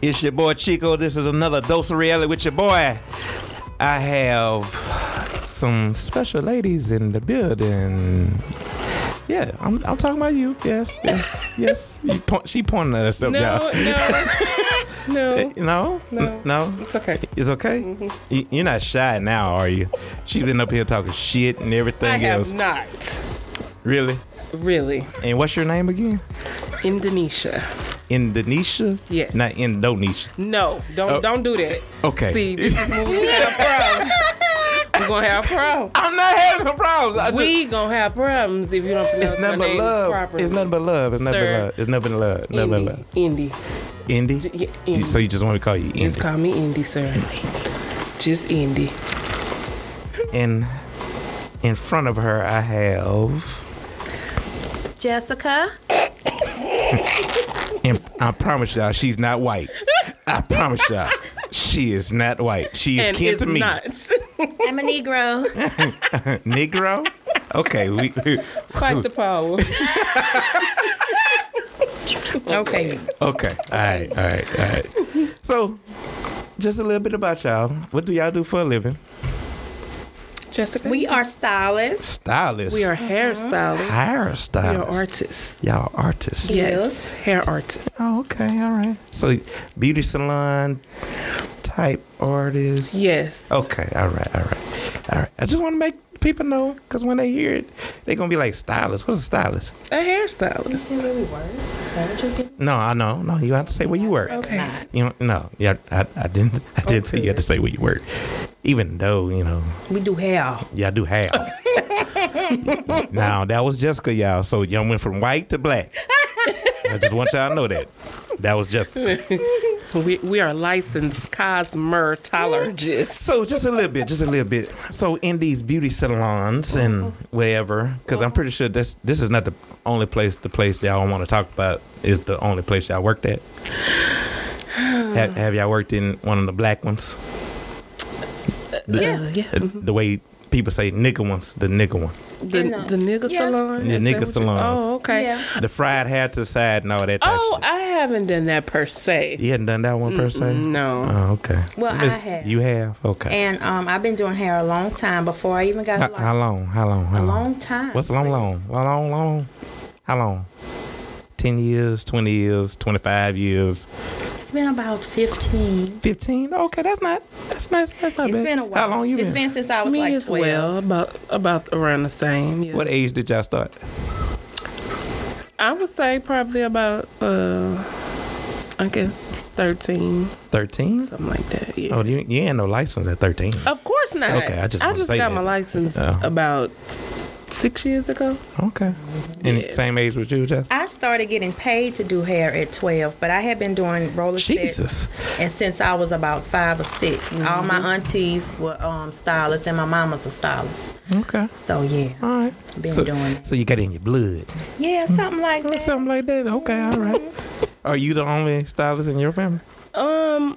It's your boy Chico. This is another Dose of Reality with your boy. I have some special ladies in the building. Yeah, I'm, I'm talking about you. Yes, yeah, yes. You point, she pointing at us up, No, y'all. no, Eh, no. No, No. Mm-hmm. no. It's okay. It's okay. You, you're not shy now, are you? She been up here talking shit and everything I have else. not Really? really. And what's your name again? Indonesia. Indonesia? Yes. Not Indonesia. No, don't Oh. don't do that. Okay. See, this is when we have problems. We're gonna have problems. I'm not having no problems. I just, We gonna have problems if you don't pronounce it's my nothing but name love. properly. It's nothing but love. It's nothing Sir. but love. It's nothing but love. Nothing but Indy. love. Indy. Indy? J- yeah, You- Indy. So you just want me to call you Just Indy? call me Indy, sir. Just Indy. and in front of her, I have. Jessica. And I promise y'all, she's not white. I promise y'all, she is not white. She is and kin it's to me. not. I'm a Negro. Negro. Okay, we. Fight the power. okay. Okay. All right. All right. All right. So, just a little bit about y'all. What do y'all do for a living? Jessica. We are stylists. Stylists. we are hairstylists. hair We are stylists. artists. y'all artists. Yes, hair artist. Oh, okay. All right. So, beauty salon type artist. Yes. Okay. All right. All right. All right. I just want to make people know because when they hear it, they're gonna be like, "Stylist. What's a stylist?" A hairstylist. No, I know. No, you have to say where you work. Okay. You know, no, yeah, I, I didn't. I didn't say you had to say where you work, even though you know. We do hair. Y'all do have. now that was Jessica, y'all. So y'all went from white to black. I just want y'all to know that. That was Jessica. We, we are licensed cosmetologists. So just a little bit, just a little bit. So in these beauty salons and wherever, because I'm pretty sure this this is not the only place. The place y'all want to talk about is the only place y'all worked at. have, have y'all worked in one of the black ones? The, Uh, yeah. the, the way people say nigga ones, the nigga one. The, know. the nigga Yeah. salon. The Is that nigga what you- salons. Oh, okay. Yeah. The fried hat to side and all that. type Oh, shit. I haven't done that per se. You hadn't done that one per se? No. Oh, okay. Well, Miss- I have. You have? Okay. And um, I've been doing hair a long time before I even got a how, how license. long? How long? How A long? long time. What's long, long? Long, long, long? How long? 10 years, 20 years, 25 years, It's been about 15. 15? Okay, that's not, that's not, that's not It's bad. been a while. How long you It's been? been since I was Me like as 12. well. About about around the same. Yeah. What age did y'all start? I would say probably about uh, I guess thirteen, 13? something like that. Yeah. Oh, you, you ain't no license at 13. Of course not. Okay, I just I wanna just say got that. my license Oh. about six years ago. Okay. And Yeah. same age with you, Jess? Mm-hmm. I started getting paid to do hair at 12, but I had been doing roller sets. Jesus. Mm-hmm. And since I was about five or 6 all my aunties were um, stylists and my mama's a stylist. Okay. So, yeah. All right. Been so, doing it. so you got it in your blood. Yeah, something like Or that. something like that. Okay, all right. Mm-hmm. Are you the only stylist in your family? Um,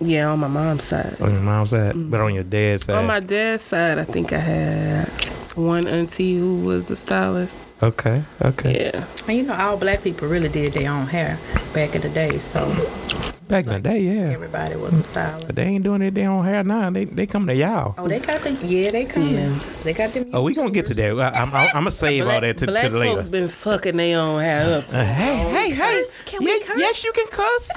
yeah, on my mom's side. On your mom's side, but Mm-hmm. on your dad's side. On my dad's side, I think I had one auntie who was a stylist. okay, okay. Yeah. And you know, all black people really did their own hair back in the day, so Back in the day, yeah. everybody was a stylist. But they ain't doing it their own hair now. They they come to y'all. Oh, they got the yeah, they coming. Yeah. They got them. Oh, we gonna get to that. I, I'm I'm gonna save all that to, black to the later. folks Oh, been fucking their own hair up. Uh, hey, hey, hey! Can we Ye- curse? Yes, you can cuss.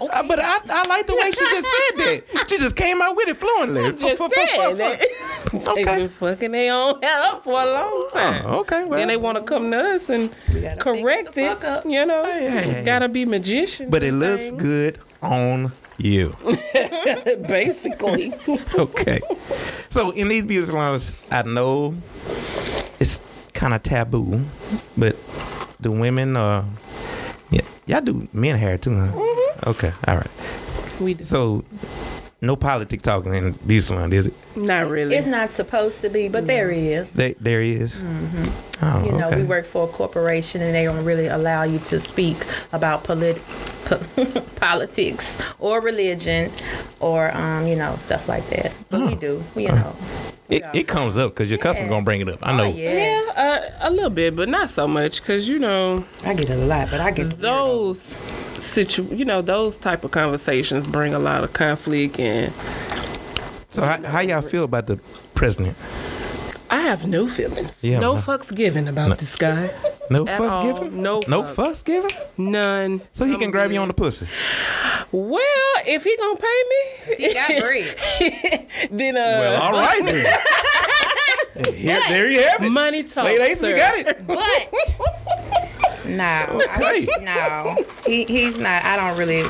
Oh, Uh, but I, I like the way she just said that. She just came out with it fluently. F- Just f- f- f- saying f- that they Okay. been fucking their own hair up for a long time. Oh, okay, well. Then they want to come to us and gotta fix correct the it. fuck up. You know, hey. gotta be magician. But it looks good on you. basically. okay. So in these beauty salons, I know it's kind of taboo, but the women are. Yeah, y'all do men hair too, huh? Mm-hmm. Okay, all right. we do. So no politic talking in beauty salon, is it? not really. It's not supposed to be, but there is. They, there is. Oh, Mm-hmm. You know, okay. we work for a corporation, and they don't really allow you to speak about polit- po- politics or religion, or um, you know, stuff like that. But Uh-huh. we do, you know. It, it comes up because your customer Yeah. gonna bring it up. I know. Oh, yeah. Yeah, uh, a little bit, but not so much, cause you know I get it a lot, but I get those situ, you know, those type of conversations bring a lot of conflict, and So how, how y'all feel about the president? I have no feelings, Yeah, no no. fucks given about this guy, No At fuss all. given? No No fucks. fuss given? none. So he I'm can grab you good. on the pussy. Well, if he gonna pay me, He got bread. then uh, all right then. Here, there you have it. money talks. Slate Ace, sir. we got it. But no, I, Okay. no, he, he's not. I don't really.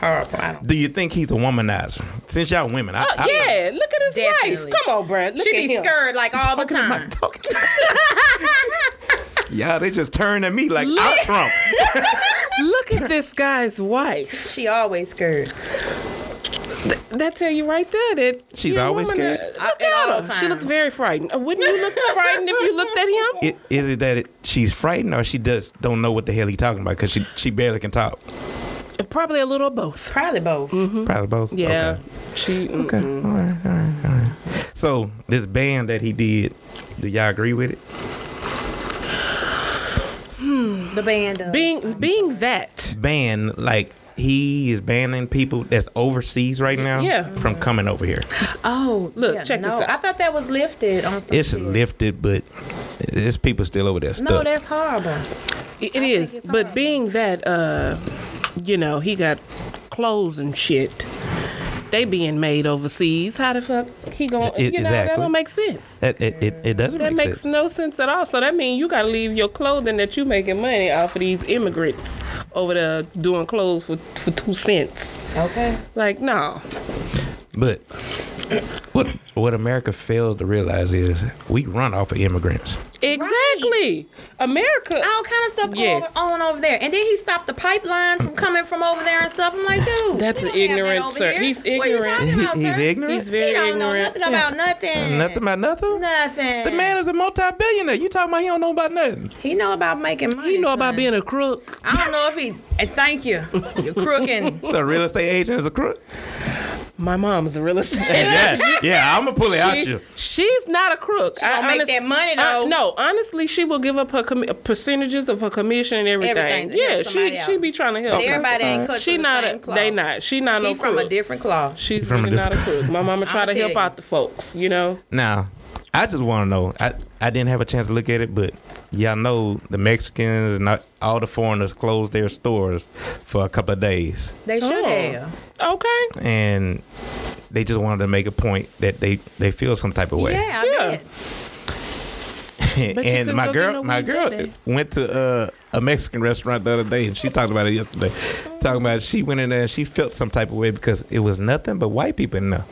Horrible. I don't. Do you think he's a womanizer? Since y'all women, I, Oh, I, yeah, look at his Definitely. wife. Come on, Brad. Look She at be him. scared like all the time. yeah, they just turn at me like I'm Trump. Look at this guy's wife. She always scared. That tell you right there that She's he a always woman scared. that- I- Look Uh, at all at her. She times. looks very frightened. Uh, Wouldn't you look frightened if you looked at him? It, is it that it, she's frightened or she just don't know what the hell he talking about because she, she barely can talk? Probably a little of both. Probably both. Mm-hmm. Probably both. Yeah. She. mm, Okay. okay. All right. All right. All right. So this band that he did, do y'all agree with it? The band. uh, Of, Being being that. Ban like he is banning people that's overseas right now Yeah. from coming over here. oh, Look, check no, this out. I thought that was lifted on some. It's shit. lifted, but there's people still over there stuck. No, that's horrible. It it is. it's But horrible. being that, uh, you know, he got clothes and shit. They being made overseas. How the fuck he going? to It- you know that exactly. don't make sense. That- it, it, it doesn't That make makes sense. no sense at all. So that means you gotta leave your clothing that you making money off of these immigrants over there doing clothes for for two cents. Okay. Like no, But what what America fails to realize is we run off of immigrants. exactly. America. All kind of stuff going Yes. on over there, and then he stopped the pipeline from coming from over there and stuff. I'm like, dude, That's we an don't have that ignorant, over sir. here. He's What you ignorant. talking He- about, he's sir? ignorant. He's very he don't know ignorant. nothing about nothing. Nothing about nothing. nothing. The man is a multi-billionaire. You talking about he don't know about nothing? He know about making Oh, money. You know about son. being a crook. I don't know if he. And thank you. You're crooking. So a real estate agent is a crook. My mom's a real estate. Yeah, yeah. I'm gonna pull it out She- you. she's not a crook. She gonna make that money, I- though. no, honestly, she will give up her commi- percentages of her commission and everything. Everything to Yeah, help she somebody out. she be trying to help. her. Everybody ain't cut She from not the a. same cloth. They not. She not He no from crook. a different cloth. She's From a really not a crook. My mama try to tell help you. out the folks. You know. Now, I just want to know. I, I didn't have a chance to look at it, but y'all know the Mexicans and all the foreigners closed their stores for a couple of days, They should Oh. have. Okay. and they just wanted to make a point that they they feel some type of way. Yeah, I Yeah. bet. But you and couldn't my go to girl, no my weed that girl day. went to uh, a Mexican restaurant the other day, and she talked about it yesterday. Talking about she went in there and she felt some type of way because it was nothing but white people in there.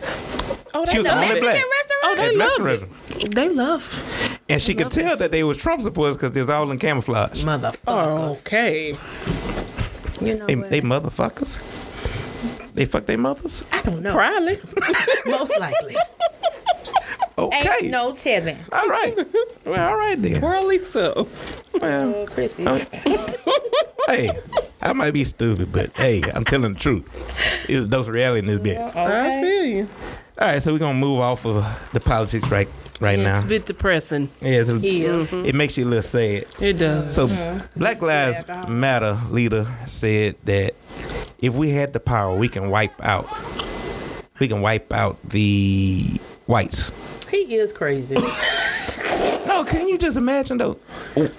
Oh, She was the they love only it. black. Oh, At they Mexican love restaurant. it. They love. And she could tell that they was Trump supporters because they was all in camouflage. Oh, Motherfuckers. okay. You know They, what? they motherfuckers. They fuck they mothers. I don't know. Probably. Most likely. Okay. Ain't no telling. All right. Well, all right then. Probably so. Well, Oh, Well, Chrissy. hey, I might be stupid, but hey, I'm telling the truth. It's dose of reality in this bit. All I feel you. right, so we're gonna move off of the politics right right It's now. a bit depressing. yeah, it's- Is. Mm-hmm. it makes you a little sad. It does. So, Black Lives Matter leader said that if we had the power, we can wipe out, we can wipe out the whites. He is crazy. No, can you just imagine though?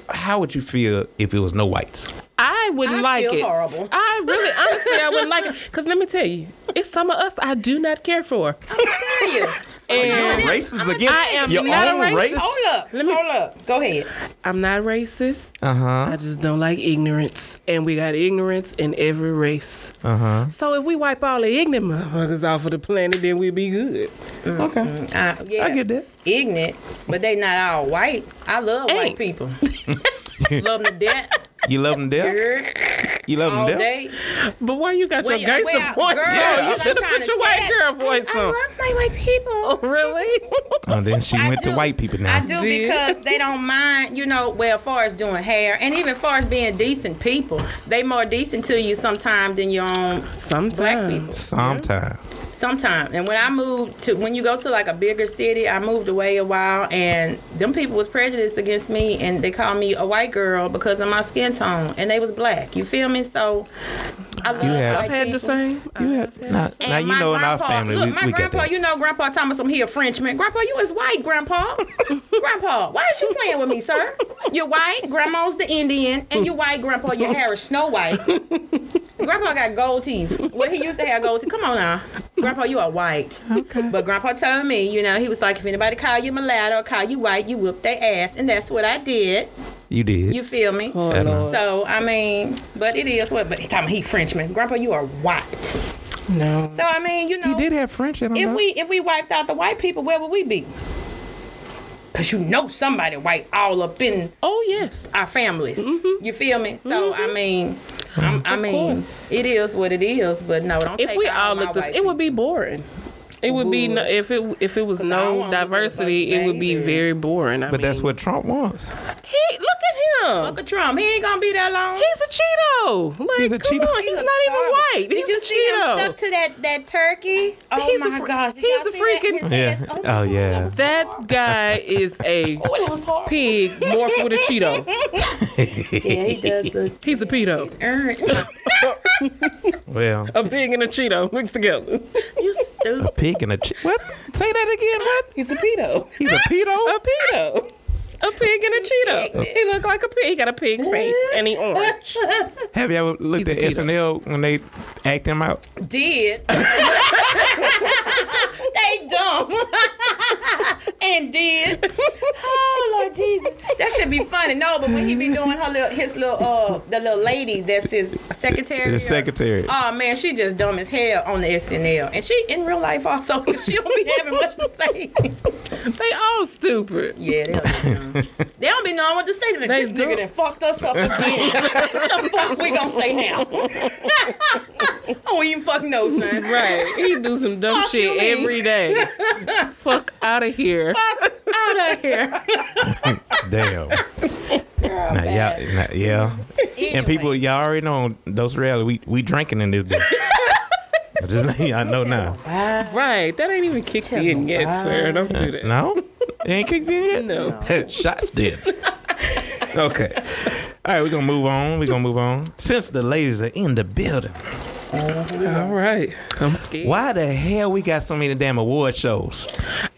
How would you feel if it was no whites? I wouldn't I like feel it. horrible. I really, honestly, I wouldn't like it. Because let me tell you, it's some of us I do not care for. tell you. And racist against I am not a racist. Hold up. Let me- Hold up. Go ahead. I'm not racist. Uh huh. Oh. I just don't like ignorance. And we got ignorance in every race. Uh Uh-huh. huh. So if we wipe all the ignorant motherfuckers off of the planet, then we'll be good. Okay. Uh, yeah. I get that. Ignorant, but they not all white. I love white Ain't. people. love them to death. You love them death. Girl, You love all them death. day. But why you got Well, your gangster voice? well, uh, girl, on? Yeah, you I'm should just have put your trying white to girl voice I on. love my white people. Oh, really? And Oh, then she I went to do. white people now. I do Did. because they don't mind, you know, well, far as doing hair and even far as being decent people, they more decent to you sometimes than your own Sometimes. black people. Sometime. Sometimes. And when I moved to, when you go to like a bigger city, I moved away a while and them people was prejudiced against me and they called me a white girl because of my skin tone and they was black. You feel me? And so I love You have- white I've had the people. same. Uh, You had now, And now you my know in our grandpa- family look, we, my we got grandpa, that. you know, Grandpa Thomas, I'm here Frenchman. Grandpa, you is white, Grandpa. grandpa, why is you playing with me, sir? You're white, Grandma's the Indian, and you white, Grandpa. Your hair is Snow White. grandpa got gold teeth. Well, he used to have gold teeth. Come on now, Grandpa, you are white. Okay. But Grandpa told me, you know, he was like, if anybody call you mulatto or call you white, you whoop their ass, and that's what I did. You did. You feel me? Oh, Adam. Lord. So I mean, but it is what. But he talking, about he Frenchman. Grandpa, you are white. no. So I mean, you know, you did have French. I don't if Mm-hmm. know. we if we wiped out the white people, where would we be? Cause you know somebody white all up in oh yes. our families. You feel me? So I mean, I'm, I Mm-hmm. Of mean, course. it is what it is. But no, don't. If take we all, all my looked the white same, it would be boring. It would be no, if it if it was I don't no wanna look at diversity, the it would be baby. very boring. I but that's mean, what Trump wants. he look at him. people. Uncle Trump, he ain't gonna be that long. He's a Cheeto. Like, He's a come Cheeto. on, he's, a not even starving. white. Did He's you a see him Cheeto. stuck to that that turkey? Oh He's a my fr- gosh! Did he's y'all a see that? freaking- His Yeah. ass- oh, Oh yeah. That guy is a Oh, that was hard. pig morphed with a Cheeto. yeah, he does look He's a pedo. earned. Well, A pig and a Cheeto mixed together. you stupid. a pig and a chi- what? Say that again. What? He's a pedo. He's a pedo. A pedo. A pig and a Cheeto. He look like a pig. Got a pig face and he orange. Have you ever looked at He's a SNL when they act him out? did. they dumb. and did. Oh Lord Jesus. That should be funny. No, but when he be doing her little his little uh the little lady that's his secretary. His secretary. Oh man, she just dumb as hell on the SNL. And she in real life also 'cause she don't be having much to say. They all stupid. Yeah, they don't be dumb. They don't be knowing what to say to them. They This do. nigga that fucked us up again. what the fuck we gonna say now? I don't even fuck know, son. Right. He do some dumb Fuck shit you, me. every day. Fuck out of here. Out of here. Damn. Now, y'all, now, yeah. And people, y'all already know those reality. We we drinking in this bitch. I just let y'all know now. Right. That ain't even kicked in yet, sir. Don't do that. No, It ain't kicked in yet. No. Shots did. okay. All right, we're gonna move on. We're gonna move on. Since the ladies are in the building, All right. I'm scared. why the hell we got so many damn award shows?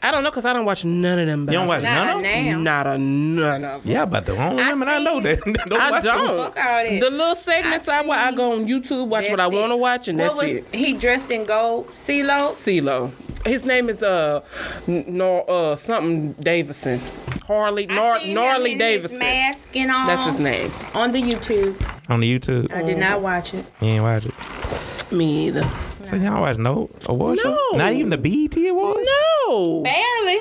I don't know because I don't watch none of them. You don't watch bastards. none Not of them? now. Not a none of them. Yeah, about the only I women I know see. that don't I watch them. don't. Fuck all that. The little segments I, I wa- I see. go on YouTube, watch what I That's it. want to watch, and that's what was it. he dressed in gold? CeeLo? CeeLo. His name is uh, N- Nor uh something Davison. Harley Nor- I seen him Norley in Davison. His mask and all. That's his name. On the YouTube. on the YouTube. I did not watch it. You ain't watch it. Me either. So y'all watch no award No. show? Not even the BET awards? No. Barely.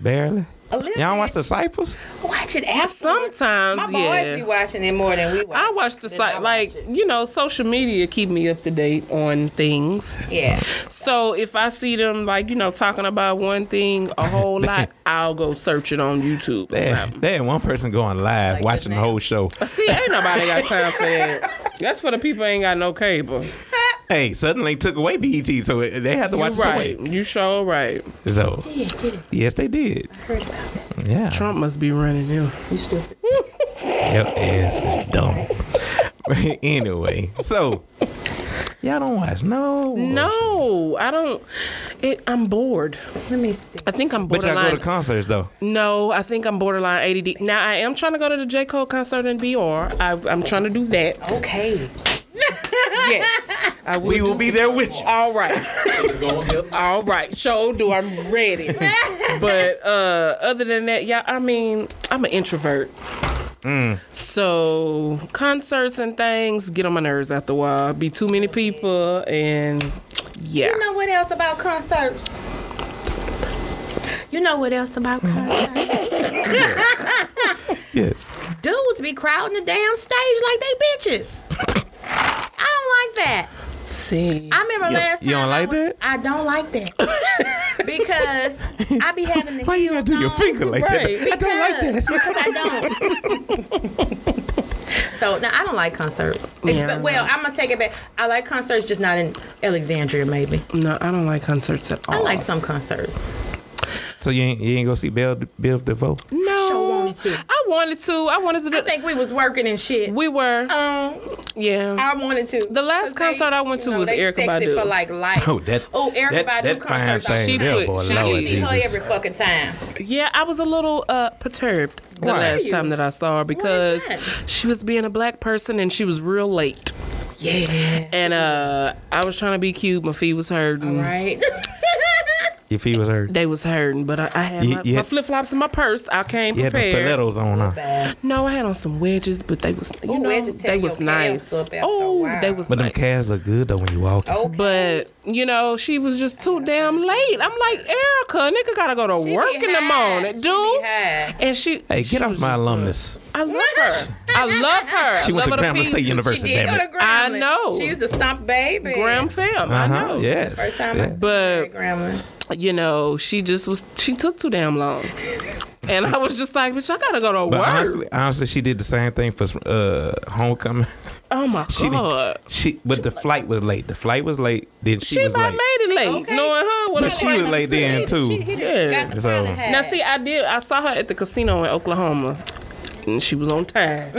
Barely. A little Y'all bit. watch Disciples? Watch it afterwards. Sometimes, My boys yeah. be watching it more than we watch. I watch the Then site I like watch it. you know social media keep me up to date on things. Yeah. So if I see them like you know talking about one thing a whole lot, I'll go search it on YouTube. They had, they had one person going live Like watching the this whole show. See, ain't nobody got time for that. That's for the people who ain't got no cable. Hey, suddenly took away BET, so it- they had to You watch right. it You sure right. So, Yeah, did it. yes, they did. Heard about it. Yeah. Trump must be running him. You stupid. Yep, yes, it's dumb. anyway, so y'all don't watch no. award show. No, I don't. It, I'm bored. Let me see. I think I'm But y'all go borderline. to concerts, though. no, I think I'm borderline ADD. Now I am trying to go to the J Cole concert in BR. I, I'm trying to do that. Okay. Yes, I will. Oh, We will do- be there with you. All right. All right. Show do. I'm ready. but uh, other than that, yeah, I mean, I'm an introvert. So concerts and things get on my nerves after a while. Be too many people and yeah. You know what else about concerts? You know what else about concerts? Yes. Dudes be crowding the damn stage like they bitches. I don't like that. See. I remember You- last time. you don't I like was- that? I don't like that because I be having the Why you gotta heels do your on. finger like Right. that? I don't like that. Because- because I don't. so no, I don't like concerts. Expe- Yeah, I know. well, I'm gonna take it back. I like concerts, just not in Alexandria. Maybe no, I don't like concerts at all. I like some concerts. So you ain't, you ain't go see Bill Bill DeVoe? No. Sure wanted to. I wanted to. I wanted to do. I think we was working and shit. we were. Um, yeah. I wanted to. The last 'Cause concert I went to you know, was they Erykah sexy Badu. for like life. Oh, that- Oh, Erykah that- Badu that fine concerts all the thing there, time. boy, She Lord used to be her Jesus. every fucking time. yeah, I was a little uh, perturbed the Why? last time that I saw her because that? she was being a black person and she was real late. Yeah. And uh, I was trying to be cute. My feet was hurting. Right. If he was hurt, They was hurting, but I, I had You- my, you my had- flip flops in my purse. I came he had the prepared. stilettos on. Huh? Bad. No, I had on some wedges, but they was you Ooh, know wedges tear they your was nice. calves up after a Oh, while. they was But them nice. calves look good though when you walk. Oh, Okay. But you know, she was just too damn late. I'm like, Erica, nigga gotta go to She be work in the high. morning, She be dude. high. And she, Hey, she get off was my just- alumnus. I love her. I love her. She went Love to her Grambling State pieces. She University. Damn did go to it. I Gremlin. know. She used to stomp baby. Graham fam, I Uh-huh, know. Yes. First time yeah. I But Gremlin. you know, she just was. She took too damn long, and I was just like, bitch, I gotta go to But work. honestly, honestly, she did the same thing for uh, homecoming. oh my She god, did, she but the flight was late. The flight was late. Then she, she, was might late. made it late, Okay. knowing her. What But a she fucking was late then, She- too. She hit Yeah. it. Got the So- pilot hat. Now, see, I did. I saw her at the casino in Oklahoma, and she was on time.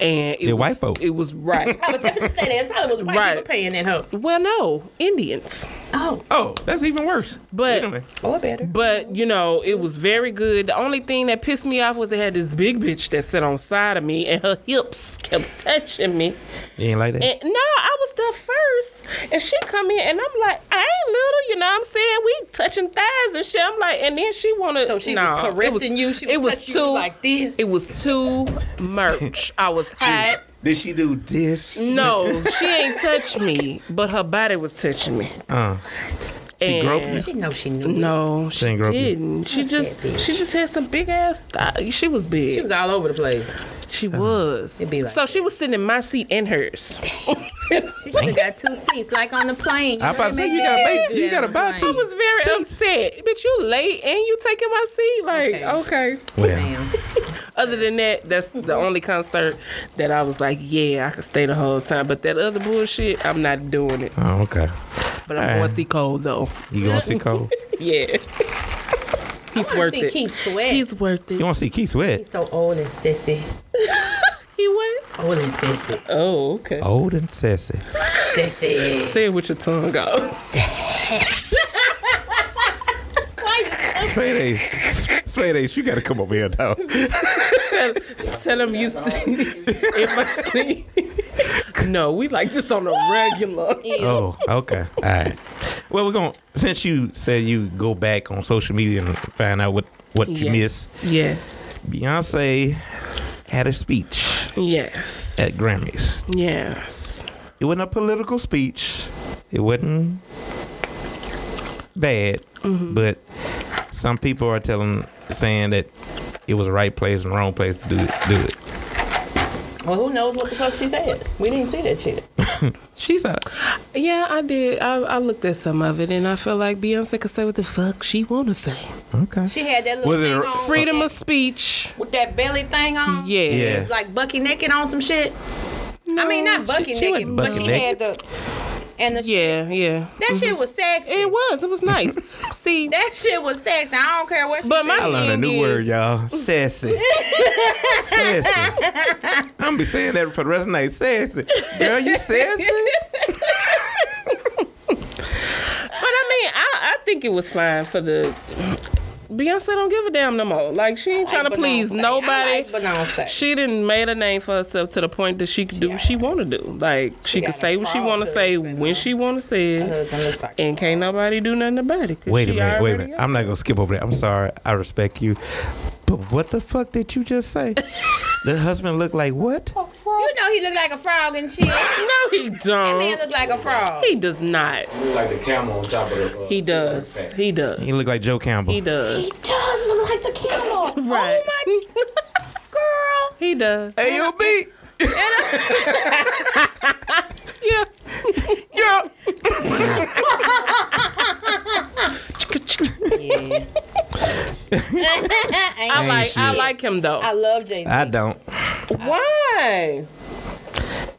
And it They're was, white folk. It was right. I was just gonna say that. It probably was white Right. people paying that hoe. well, no, Indians, Oh, Oh, that's even worse. but. Anyway, or better. But you know, it was very good. The only thing that pissed me off was they had this big bitch that sat on side of me, and her hips kept touching me. you ain't like that. And no, I was there first, and she come in, and I'm like, I ain't little, you know. what I'm saying we touching thighs and shit. I'm like, and then she wanted. So she nah, was it caressing you. She it was, was touching you too- like this. It was too much. I was hot. Did she do this? No, she ain't touched me, but her body was touching me. Uh, she And- groped you. She know she knew. it. No, she ain't grow up yet. didn't. She just she just had some big ass. Th- she was big. She was all over the place. She uh-huh. was. It'd be like so she was sitting in my seat and hers. She should have got two seats, like on the plane. You I know, about to they say, make you that gotta bitch make- do you that on gotta the buy plane. two I was very upset. Bitch, you late and you taking my seat. Like okay. Okay. Well, Damn. Other than that, that's the only concert that I was like, yeah, I could stay the whole time. But that other bullshit, I'm not doing it. oh, okay. But I'm All going right. to see Cole though. You gonna see Cole? Yeah. He's I worth want to see it. Keith Sweat. He's He's worth You it. wanna see Keith Sweat? so old and sissy. He what? Old and sissy. Oh, okay. Old and sassy. Sissy. Say it with your tongue out. Sway days. Sway days. You gotta come over here, dog. tell, tell him you if I see. no, we like this on a regular. Oh, okay. All right. Well, we're gonna since you said you go back on social media and find out what what you missed. Yes. Beyonce had a speech Yes. at Grammys. Yes. It wasn't a political speech. It wasn't bad, but some people are telling saying that it was the right place and the wrong place to do it. Do it. Well, who knows what the fuck she said? We didn't see that shit. She's a Yeah, I did. I, I looked at some of it, and I felt like Beyonce could say what the fuck she want to say. okay. She had that little Was it thing a- on Freedom of with speech. that, with that belly thing on. Yeah. Yeah. Like bucky naked on some shit. I mean, No, not she- bucky she naked, wasn't but bucky she naked. had the and the Yeah, yeah. That shit was sexy. It was. It was nice. See, that shit was sexy. I don't care what. She But my- said. I learned a new Yes. word, y'all. Sassy. sassy. I'm gonna be saying that for the rest of the night. Sassy. Girl, you sassy? but I mean, I, I think it was fine for the. Beyonce don't give a damn no more. Like she ain't trying to Like please Beyonce. nobody. I like Beyonce. she didn't made a name for herself to the point that she could do what she want to do. Like she could got a say what she fraud want to say husband, when she want to say Her it, husband looks like and can't nobody do nothing about it. 'cause Wait a she minute, wait a already minute. up. I'm not gonna skip over that. I'm sorry. I respect you. But what the fuck did you just say? the husband looked like what? You know he looked like a frog and shit. that No, he man don't. looked like a frog. He does not. like the camel on top of the. Uh, He does. He does. He looked like Joe Campbell. He does. He does look like the camel. Right. Oh my girl. He does. AOB. Yeah. Yeah. I Ain't like. I shit. like him though. I love Jay Z. I don't. Why,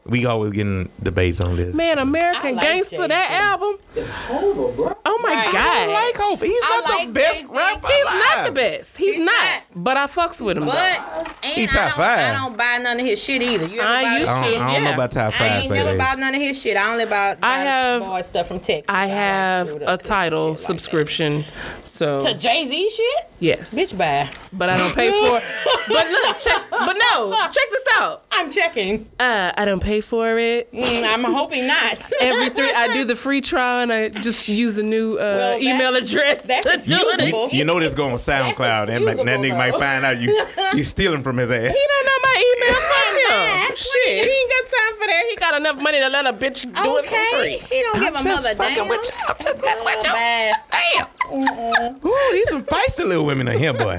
We always getting debates on this. man? American I like Gangster. Jay-Z. That album. It's horrible, bro. Oh my my Right. I god. like Hope. He's I not the like best Jay-Z. rapper. He's He's not alive. the best. He's, He's not. not. But I fucks with him. though. But and He I top don't, five. I don't buy none of his shit either. You ever I buy used his I to. don't, I don't know Yeah. about top I five. ain't never baby. bought none of his shit. I only bought I Johnny have- boy stuff from Texas. I have screwed a up title and shit like subscription. so that. to Jay Z shit. yes. Bitch, bye. But I don't pay for it. But look, check but no, check this out. I'm checking. Uh I don't pay for it. Mm, I'm hoping not. Every three I do the free trial and I just use a new uh, Well, that's- email address. that's to do it. excusable. He You, you know this going on SoundCloud, and that excusable, nigga might though. find out you you stealing from his ass. don't know my email. Fuck him. He Shit. ain't got time for that. He got enough money to let a bitch He do okay. it for free. He don't give a I'm mother just damn. Oh, fucking with you. I'm just messing with you. Bye. Damn. Ooh, these some feisty little women in here, boy.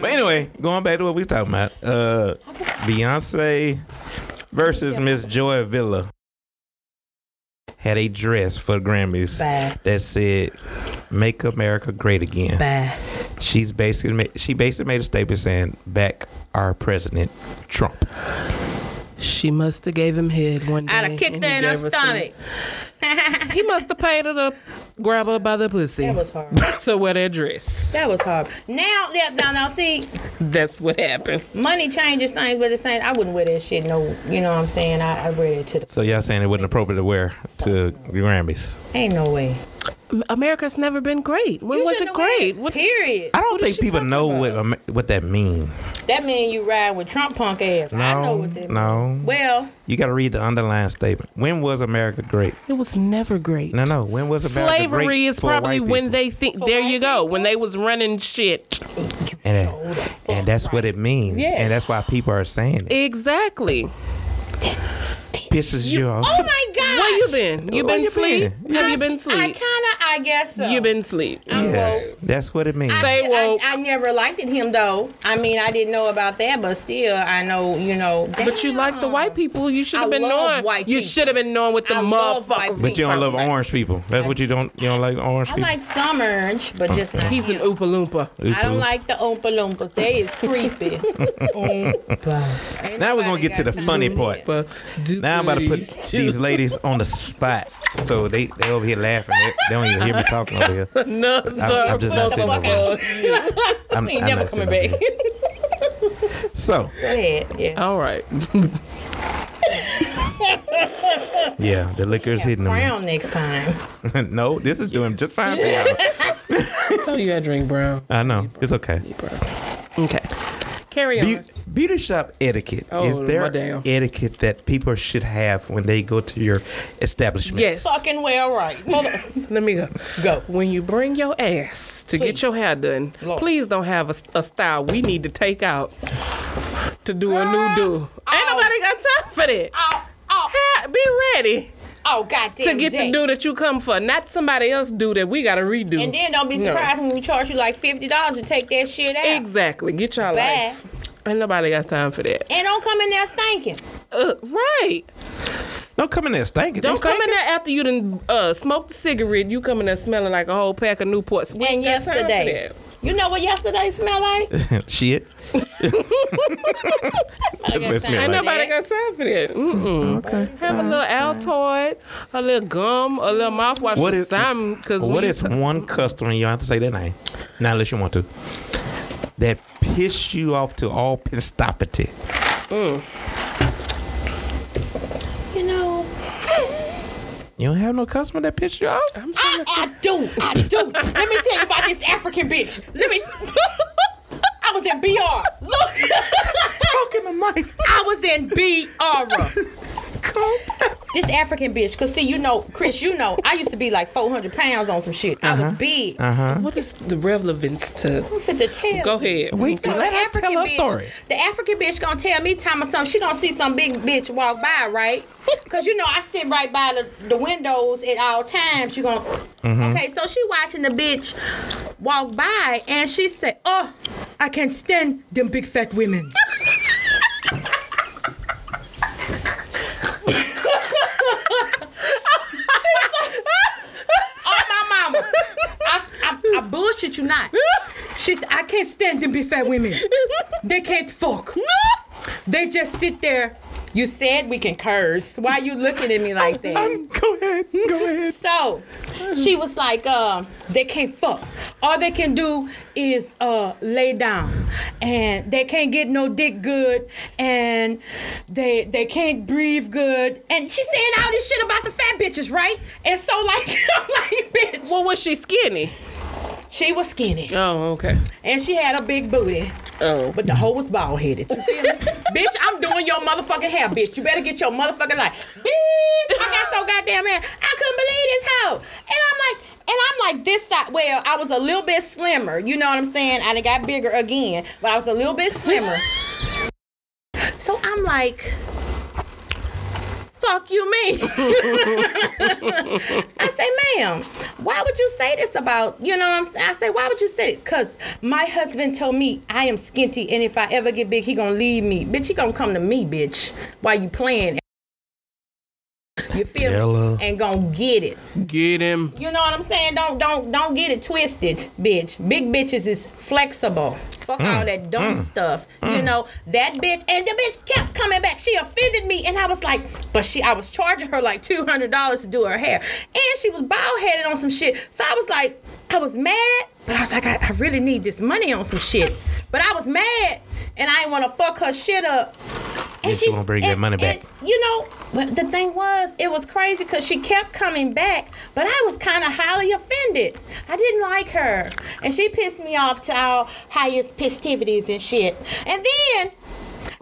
but anyway, going back to what we talking about, uh, Beyonce versus Miss Joy Villa had a dress for the Grammys Bad. that said "Make America Great Again." Bye. She's basically ma- she basically made a statement saying "Back our president Trump." She must have gave him head one day. I'd have kicked and her he in her gave some. stomach. He must have paid her to grab her by the pussy That was hard. to wear that dress. That was hard. Now, yeah, now, now, see, That's what happened. money changes things, but the same, I wouldn't wear that shit. No, you know what I'm saying? I, I wear it to the. So y'all saying it wasn't appropriate to wear to the Grammys? Ain't no way. M- America's never been great. When You was shouldn't it have wear great? What- Period. I don't is think she people talking know about? what Am- what that means. That mean you ride with Trump punk ass. I know what that. no. Well, You got to read the underlying statement. When was America great? it was never great. No, no. When was America great? Slavery is for probably white when people? they think. For there white you go. people? When they was running shit. And, and that's what it means. Yeah. And that's why people are saying it. Exactly. pisses you, off. oh my god. Where you been? You Where been you sleep? been? Have I, you been I sleep? kinda, I guess so. You been sleep? I'm Yes, woke. that's what it means. I, Stay did- I- woke. I, never liked it him though. I mean, I didn't know about that, but still, I know, you know. But you like the white people. You should I have been love knowing. white you people. should have been knowing what the I love white motherfucker. but you don't love orange people. That's what you don't. You don't like orange I people. like some orange, but just not. He's an him. Oompa Loompa. I don't like the Oompa Loompas. They is creepy. Now we're gonna get to the funny part. Now I'm about to put these ladies on the spot. So they they over here laughing. They, they don't even hear me talking over here. another. I'm- I'm just not sitting fuck over here. out. I'm, He ain't I'm never not coming sitting back. over here. So Go ahead. Yeah. All right. yeah, the liquor's hitting them. Brown next time. no, this is doing just fine for y'all. I told you I drink brown. I know. It's okay. Okay. Carry on. Be- beauty shop etiquette. Oh, Is there my damn. etiquette that people should have when they go to your establishment? yes. Fucking well right. Oh, Hold on. Let me go. Go. When you bring your ass to get Please. your hair done, Lord. please don't have a, a style we need to take out to do a new Girl, do. Ain't ow. nobody got time for that. Oh, oh, Hair- Be ready oh, goddamn. to get the Jay. do that you come for, not somebody else do that we gotta redo. And then don't be No. surprised when we charge you like fifty dollars to take that shit out. Exactly. Get y'all Bad. life. Ain't nobody got time for that. And don't come in there stinking. Uh, right. Don't come in there stinking. Don't They come in there after you done uh, smoked a cigarette. You come in there smelling like a whole pack of Newports. We ain't And got time for yesterday. that. You know what yesterday smelled like? stinking. Shit. That's what it smell Ain't like. nobody got time for that. Mm-mm. Mm-hmm. Okay. Have a little Altoid, a little gum, a little mouthwash What what or is- something. Because What is one customer, you don't have to say their name, not unless you want to, that piss you off to all pistopity? You know, You don't have no customer that pissed you off? I, I do, I do. Let me tell you about this African bitch. Let me. I was in BR. Look, Talking to Mike. I was in BR. This African bitch, cause see, you know, Chris, you know, I used to be like 400 pounds on some shit. I was big. what is the relevance to? I'm finna tell. Go ahead. Wait, So let the her African tell her bitch, story. The African bitch gonna tell me time or something. She gonna see some big bitch walk by, right? Cause you know I sit right by the, the windows at all times. You gonna Mm-hmm. okay? So she watching the bitch walk by, and she said, "Oh, I can't stand them big fat women." Oh my mama, I, I, I bullshit you not. She said, I can't stand them big fat women. They can't fuck. They just sit there. You said we can curse. Why you looking at me like that? Go ahead. Go ahead. So She was like, uh, they can't fuck. All they can do is uh, lay down, and they can't get no dick good, and they they can't breathe good. And she's saying all this shit about the fat bitches, right? And so like, I'm like, bitch, Well, was she skinny? she was skinny Oh, okay. and she had a big booty. Oh, But the hoe was bald headed. You feel me? bitch, I'm doing your motherfucking hair, bitch. You better get your motherfucking life. Bitch, I got so goddamn mad. I couldn't believe this hoe. And I'm like, and I'm like this side. Well, I was a little bit slimmer. You know what I'm saying? I done got bigger again, but I was a little bit slimmer. so I'm like, fuck you mean? I say, ma'am, why would you say this about, you know what I'm saying? I say, why would you say it? Because my husband told me I am skinty, and if I ever get big, he gonna leave me. Bitch, he gonna come to me, bitch, while you playing. You feel Tell her. me? And gonna get it. get him. You know what I'm saying? Don't don't don't get it twisted, bitch. Big bitches is flexible. Fuck all that dumb stuff. You know, that bitch and the bitch kept coming back. She offended me and I was like, but she I was charging her like two hundred dollars to do her hair. And she was bald headed on some shit. So I was like, I was mad, but I was like, I, I really need this money on some shit. But I was mad and I didn't wanna fuck her shit up. And Bitch, you wanna bring that money back. and- you know, but the thing was, it was crazy because she kept coming back, but I was kind of highly offended. I didn't like her. And she pissed me off to our highest festivities and shit. And then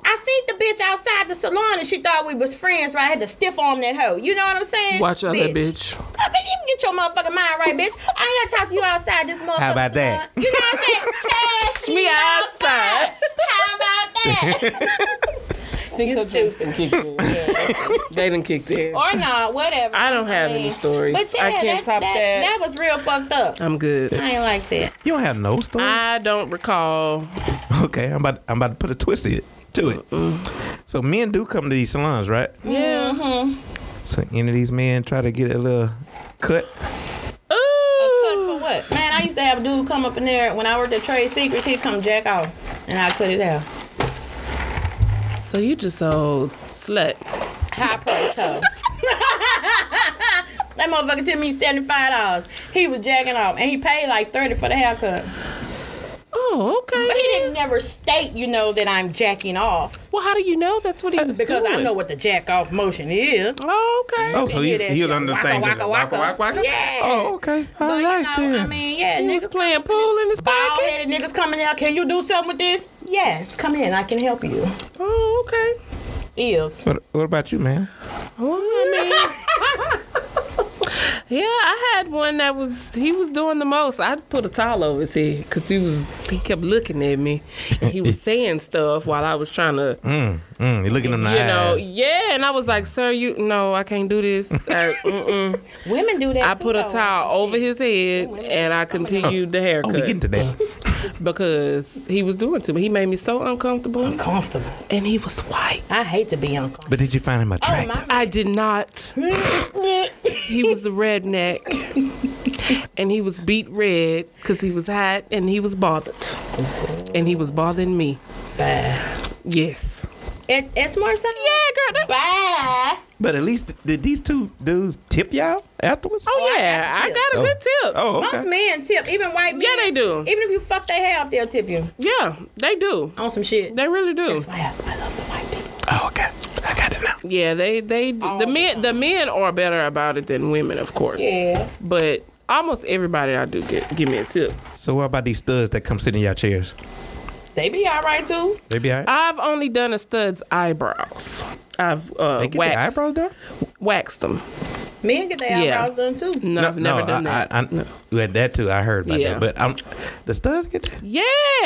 I seen the bitch outside the salon and she thought we was friends, right? I had to stiff arm that hoe. You know what I'm saying? Watch out, that bitch. I mean, you can get your motherfucking mind right, bitch. I ain't gotta talk to you outside this motherfucker. How about that? You know what I'm saying? Catch me outside. How about that? you stupid. They didn't kick their. Or not, whatever. I don't have Man. any stories. But yeah, I can't that, top that, that. that was real fucked up. I'm good. I ain't like that. You don't have no story. I don't recall. okay, I'm about I'm about to put a twist it to it. So men do come to these salons, right? Yeah. So any of these men try to get a little cut. Cut for what? Man, I used to have a dude come up in there when I worked at Trade Secrets. He'd come jack off, and I cut his hair. So you just old slut. High price hoe. That motherfucker took me seventy five dollars. He was jacking off, and he paid like thirty for the haircut. Oh, okay. But he didn't never state, you know, that I'm jacking off Well, how do you know that's what he was because doing? I know what the jack off motion is. Oh, okay. Oh, so They he, hear that he was shit, under the waka, thing. waka, waka. Yeah. Oh, okay. I But like you know, that. I mean, yeah, He niggas was playing pool in his bald pocket. headed niggas coming out. Can you do something with this? Yes, come in. I can help you. Oh, okay. Is what, what about you, man? Well, Oh, I mean, yeah, I had one that was he was doing the most. I put a towel over his head because he was he kept looking at me and he was saying stuff while I was trying to, Mm, mm, you looking in the you know, eyes. yeah. And I was like, "Sir, you no, I can't do this." I, mm-mm. women do that. I too, Oh, put a though. towel over his head and I continued the Oh, we haircut getting to that. because he was doing to me. He made me so uncomfortable, Comfortable. and he was white. I hate to be uncomfortable. But did you Oh, find him attractive? I did not. he was a redneck. and he was beat red because he was hot and he was bothered. And he was bothering me. Yes. It, it's more something. Yeah, girl. Bye. but at least did these two dudes tip y'all afterwards? oh, I yeah. got I the got a tip. good tip. Oh, Most okay. men tip, even white men. Yeah, they do. Even if you fuck their hair up, they'll tip you Yeah, they do. on some shit. They really do. That's why I, I love the white people. Oh, okay. I got to know. Yeah, they they All the the men the men are better about it than women, of course. Yeah. But almost everybody I do get give me a tip. So what about these studs that come sit in y'all chairs? They be all right too. They be alright. I've only done a stud's eyebrows. I've They uh, get their waxed, eyebrows done? waxed them. Men get their Yeah. eyebrows done too. No, I've never done I, that. I, I, yeah, that too. I heard about Yeah. that. But um, the studs get that. yeah,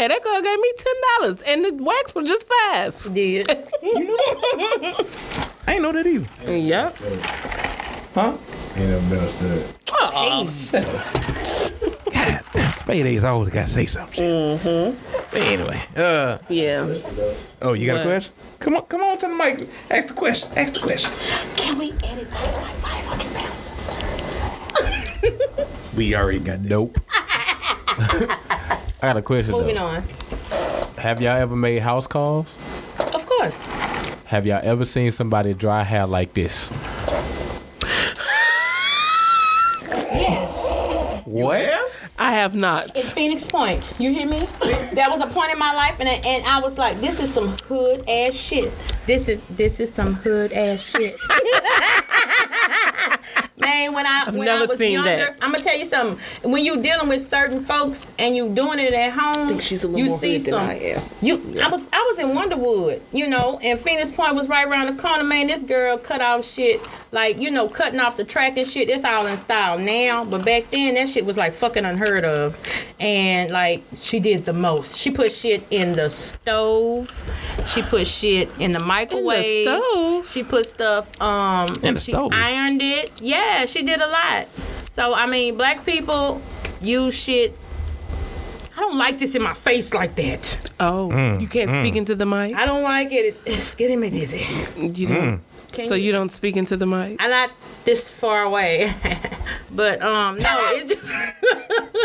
that girl gave me ten dollars, and the wax was just five. Did. I ain't know that either. Yep. Huh? Ain't never been a stud. God, damn, spade A's always gotta say something. Mm-hmm. Anyway, uh, Yeah. oh, you got What? a question? Come on, come on to the mic. Ask the question. Ask the question. Can we edit out like 500 pounds? We already got that. Nope. I got a question Moving though. on. Have y'all ever made house calls? Of course. Have y'all ever seen somebody dry hair like this? What? I have not. It's Phoenix Point. You hear me? that was a point in my life, and and I was like, this is some hood ass shit. This is this is some hood ass shit. Man, when I when I never was seen younger, that. I'm gonna tell you something. When you dealing with certain folks and you doing it at home, think she's a little you more see hood than some. I am. You, I was, I was in Wonderwood, you know, and Phoenix Point was right around the corner. Man, this girl cut off shit, like you know, cutting off the track and shit. It's all in style now, but back then that shit was like fucking unheard of, and like she did the most. She put shit in the stove, she put shit in the microwave, stove? she put stuff um, In the she stove? ironed it. Yeah, she did a lot. So I mean, black people use shit. I don't like this in my face like that. Oh, Mm, you can't speak into the mic. I don't like it. It's getting me dizzy. You Mm. don't. So you don't speak into the mic. I'm not this far away, but um, no, it just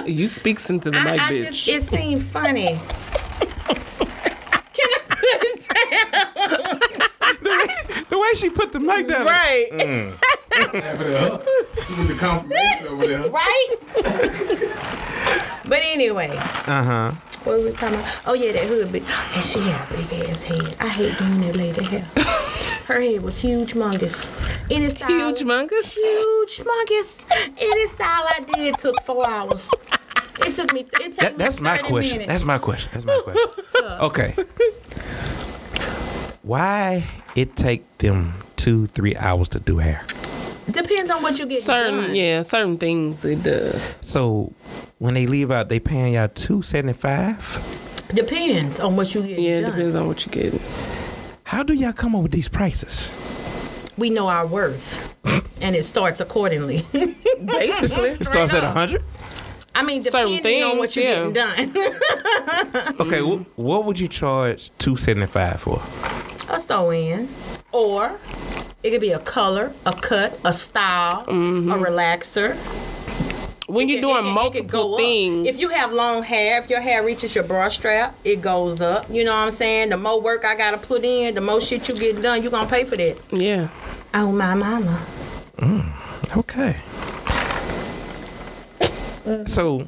You speaks into the I, mic, I bitch. just it seemed funny. The way she put the mic down. Mm. Right, With the confirmation over there. right. but anyway, uh huh. Uh-huh. What was we talking about? Oh yeah, that hood bitch, and she had a big ass head. I hate doing that lady hair. Her head was huge, mongus. Any style, Huge mongus. huge, mongus. Any style I did took four hours. It took me. It took That, me that's my 30 question. minutes. That's my question. That's my question. okay. Why it take them two, three hours to do hair? Depends on what you get Certain, done. yeah, certain things it does. So when they leave out, they paying y'all two seventy five. Depends on what you get Yeah, it done. depends on what you get. How do y'all come up with these prices? We know our worth, and it starts accordingly. Basically, It starts at up. hundred. I mean, Certain depending on what you're things, getting done. Okay, Mm-hmm. wh- what would you charge two seventy five for? a sew in, or it could be a color, a cut, a style, Mm-hmm. a relaxer. when you're It- doing it- it could go multiple up. things, If you have long hair, if your hair reaches your bra strap, it goes up. You know what I'm saying? The more work I gotta put in, the more shit you get done. You gonna pay for that. yeah, Oh my mama. Okay. Uh. So,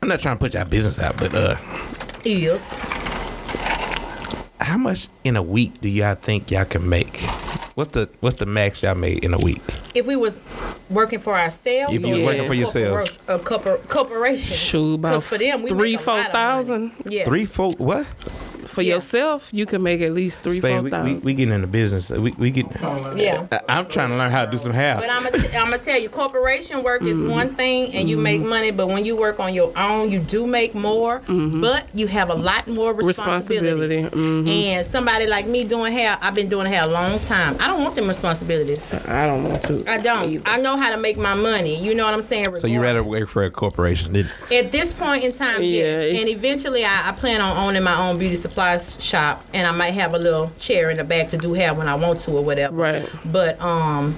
I'm not trying to put y'all business out, but uh, Yes. how much in a week do y'all think y'all can make? What's the what's the max y'all made in a week? If we was working for ourselves, If you or was Yeah. working for yourself, corpora- a corpor- corporation. shoot about 'Cause for them, we three, make a lot four of money. thousand Yeah. three, four, what? for Yeah. yourself, you can make at least three, Spade, four we, we, thousand. we getting into business. We we get. Yeah. I- I'm trying to learn how to do some hair. But I'm gonna t- I'm tell you, corporation work is Mm-hmm. one thing, and you make money. But when you work on your own, you do make more, but you have a lot more Mm-hmm. Responsibility, responsibilities. Mm-hmm. mhm. And somebody like me doing hair, I've been doing hair a long time. I don't want them responsibilities. Mm-hmm. I don't want to. I don't. I know how to make my money. You know what I'm saying? So you rather regardless. work for a corporation? Than, At this point in time, Yeah, yes. it's- And eventually, I, I plan on owning my own beauty supplies shop, and I might have a little chair in the back to do hair when I want to or whatever. Right. But um,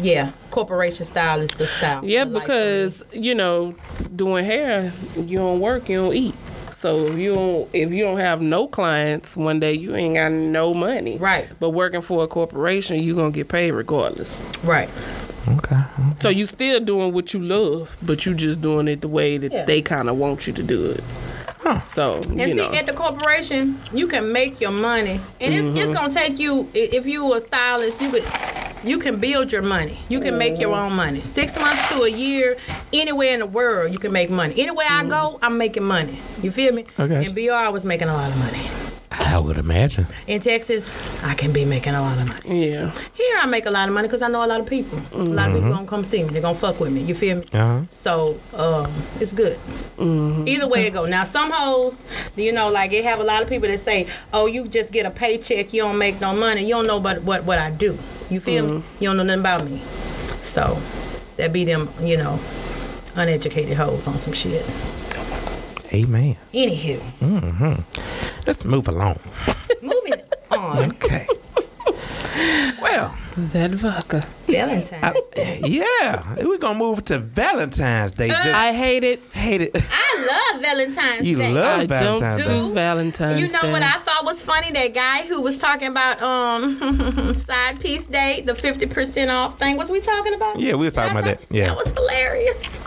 yeah, corporation style is the style. Yeah, I like because you know, doing hair, you don't work, you don't eat. So if you don't, if you don't have no clients, one day you ain't got no money. Right. But working for a corporation, you gonna get paid regardless. it. right. okay. So you still doing what you love, but you just doing it the way that Yeah. they kind of want you to do it. So you And see, know, at the corporation, you can make your money, and it's, Mm-hmm. it's gonna take you. i- If you a stylist, you could, you can build your money. You can make your Mm-hmm. own money. Six months to a year, anywhere in the world, you can make money. Anywhere I Mm-hmm. go, I'm making money. You feel me? Okay. And BR was making a lot of money. I would imagine. In Texas, I can be making a lot of money. yeah, Here, I make a lot of money because I know a lot of people. A lot of Mm-hmm. people gonna come see me. They gonna fuck with me. You feel me? Uh-huh. So um, it's good. Either way it go. Now some hoes, you know, like they have a lot of people that say, "Oh, you just get a paycheck. You don't make no money. You don't know but what what I do. You feel me? You don't know nothing about me." So that be them, you know, uneducated hoes on some shit. Amen. Anywho, Let's move along. moving on. Okay. well, that vodka. Valentine's. I- yeah, we're gonna move to Valentine's Day. Just I hate it. hate it. I love Valentine's You Day. love I Valentine's don't Day. do Valentine's. You know Day. what I thought was funny? That guy who was talking about um side piece day, the fifty percent off thing. Was we talking about? Yeah, we was talking Did I about talk that. to- Yeah. that was hilarious.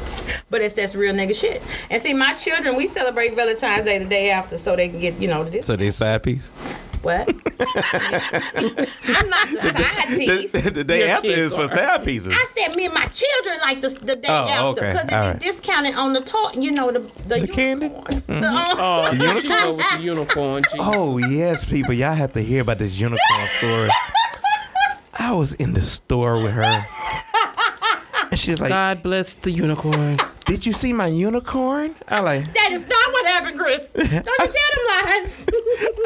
But it's that's real nigga shit. And see, my children, we celebrate Valentine's Day the day after, so they can get you know this. So they side piece. What? I'm not the side piece. The, the day Your after kids is for are. side pieces. I said me and my children like the, the day Oh, after okay. because it All be right. discounted on the talk. You know the the, The candy? Mm-hmm. unicorns. The, um, Oh, Unicorn? she go with the unicorn. G. Oh yes, people, y'all have to hear about this unicorn story. I was in the store with her, and she's like, God bless the unicorn. "Did you see my unicorn?" I like, That is not what happened, Chris. Don't you tell them lies.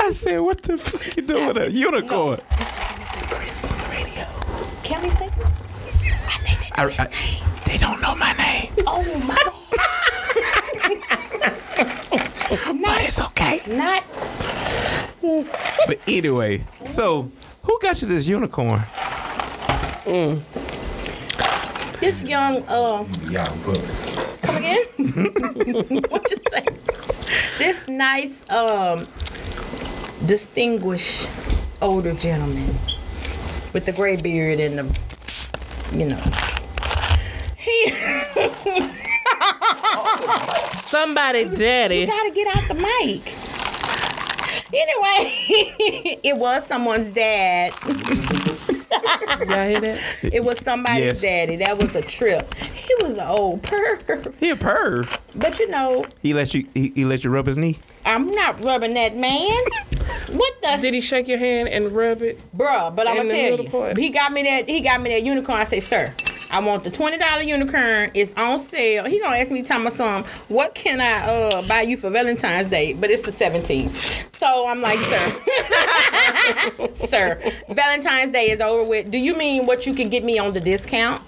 I said, "What the fuck you doing with a unicorn?" Can we say? I think they know I- his I- name. They don't know my name, Oh my god. but it's okay. Not But anyway, so who got you this unicorn? this young uh Y'all put come again? what you say? This nice um distinguished older gentleman with the gray beard and the you know. He Somebody, daddy. gotta get out the mic. Anyway, it was someone's dad. Y'all hear that? It was somebody's Yes. daddy. That was a trip. He was an old perv. He a perv. But you know, He let you. He, he let you rub his knee. I'm not rubbing that man. What the Did he shake your hand and rub it? bruh? But In I'm gonna the tell middle you, part. he got me that. He got me that unicorn. I say, sir, I want the twenty dollar unicorn. It's on sale. He gonna ask me, tell my son, what can I uh buy you for Valentine's Day? But it's the 17th. So I'm like, sir, sir, Valentine's Day is over with. Do you mean what you can get me on the discount?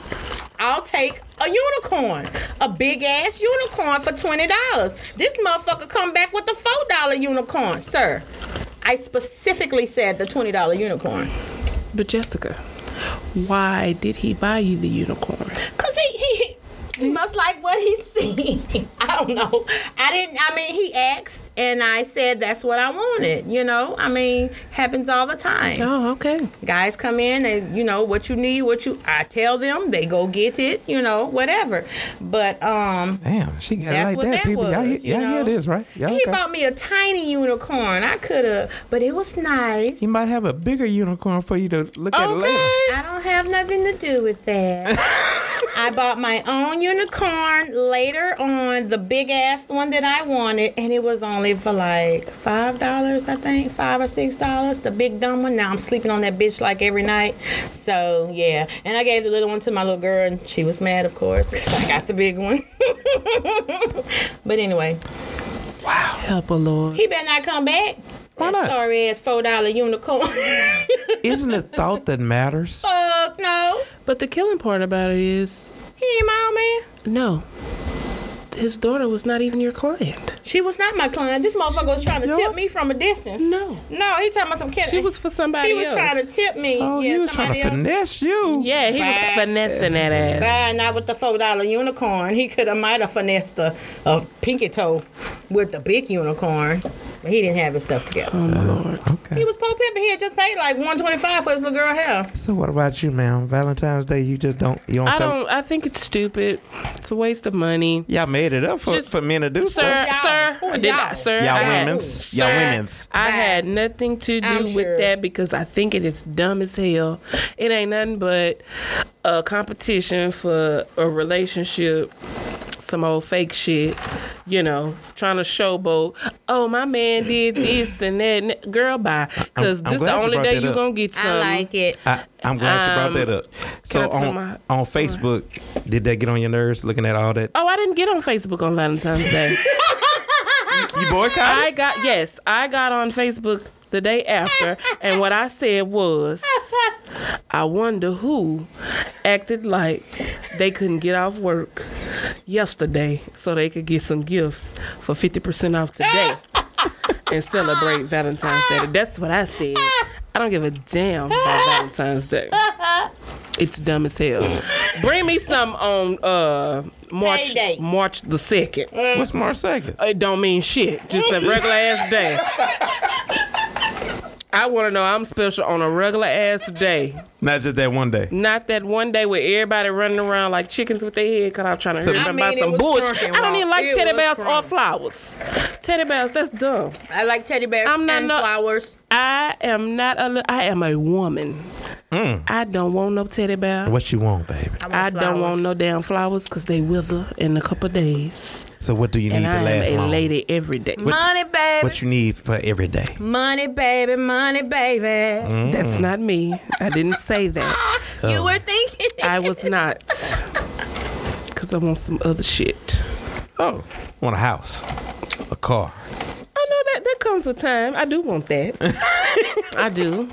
I'll take a unicorn, a big ass unicorn for twenty dollars. This motherfucker come back with a four dollar unicorn, sir. I specifically said the twenty dollar unicorn, But Jessica, why did he buy you the unicorn? cause he he. he Must like what he seen. I don't know. I didn't. I mean, he asked, and I said that's what I wanted. You know, I mean, happens all the time. Oh, okay. guys come in and you know what you need what you i tell them they go get it you know whatever but um Damn, she got it That's like what that. that people, y'all, was, hear- you y'all know? hear this right? Y'all he okay. bought me a tiny unicorn i could have but it was nice He might have a bigger unicorn for you to look at later. Okay. i don't have nothing to do with that i bought my own unicorn later on the big ass one that i wanted and it was only for like five dollars i think five or six dollars the big dumb one now i'm sleeping on that bitch like every night so yeah and i gave the little one to my little girl and she was mad of course because i got the big one but anyway Help, O Lord. He better not come back. Why that not? Sorry ass four dollar unicorn. Isn't it thought that matters? Fuck no. But the killing part about it is, He ain't my old man. no. His daughter was not even your client. She was not my client. This motherfucker was trying to Yours? tip me from a distance. No. No, he talking about some kid. She was for somebody He was else. trying to tip me. Oh, yeah, he was trying somebody to else. finesse you. Yeah, he was Right. finessing that ass. Nah, not with the four dollar unicorn. He could have might have finessed a, a pinky toe with the big unicorn, but he didn't have his stuff together. Oh, my Lord. Okay. He was Pope Pimpin. He had just paid like one twenty five for his little girl hair. so what about you, ma'am? Valentine's Day, you just don't. You don't. I cel- don't. I think it's stupid. It's a waste of money. Y'all made it up for, Just- for men to do Sir, stuff. y'all? sir, Who's I did y'all? not, sir. Y'all I had- women's? Y'all sir, women's. I Right. had nothing to do I'm with sure. that because I think it is dumb as hell. It ain't nothing but a competition for a relationship. Some old fake shit, you know, trying to showboat. Oh, my man did this and that. and that. Girl, bye. Because I'm this the glad you only brought day that you up. gonna get some. it. I, I'm glad you brought that up. So Um, I tell on my- on Facebook, did that get on your nerves? Looking at all that, Oh, I didn't get on Facebook on Valentine's Day. you boycott. I got yes, I got on Facebook the day after, and what I said was, I wonder who acted like they couldn't get off work yesterday so they could get some gifts for fifty percent off today and celebrate Valentine's Day. That's what I said. I don't give a damn about Valentine's Day. It's dumb as hell. Bring me some on uh, March Payday. March the second. What's March second? It don't mean shit. Just a regular ass day. I want to know I'm special on a regular ass day. Not just that one day. Not that one day where everybody running around like chickens with their head cut off trying to So- hear I them mean, about it some was bullshit. drunken I don't walk. even like It teddy was bears or drunk. flowers. Teddy bears, that's dumb. I like teddy bears I'm not and no- flowers. I am not a. Li- I am a woman. I don't want no teddy bear. Mm. What you want, baby? want I flowers. don't want no damn flowers because they wither in a couple days. So what do you need And to I last am a long? lady every day. money, baby. What you need for every day? money, baby. Money, baby. Mm. That's not me. I didn't say that. Mm-hmm. You were thinking. I was not. Because I want some other shit. Oh, want a house, a car. I know that that comes with time. I do want that. I do.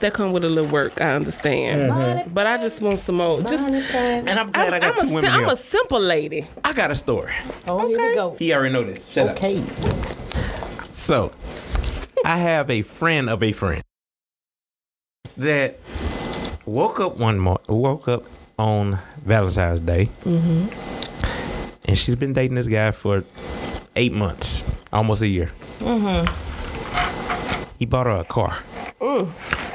That come with a little work. I understand. But I just want some old. Just And I'm Mm-hmm. glad I'm, i got I'm two a, women am here. a simple lady. I got a story. Oh, here we go. He already know this. Shut up. Okay. So, I have a friend of a friend that woke up one more woke up on Valentine's Day, Mm-hmm. and she's been dating this guy for eight months, almost a year. Mm-hmm. He bought her a car.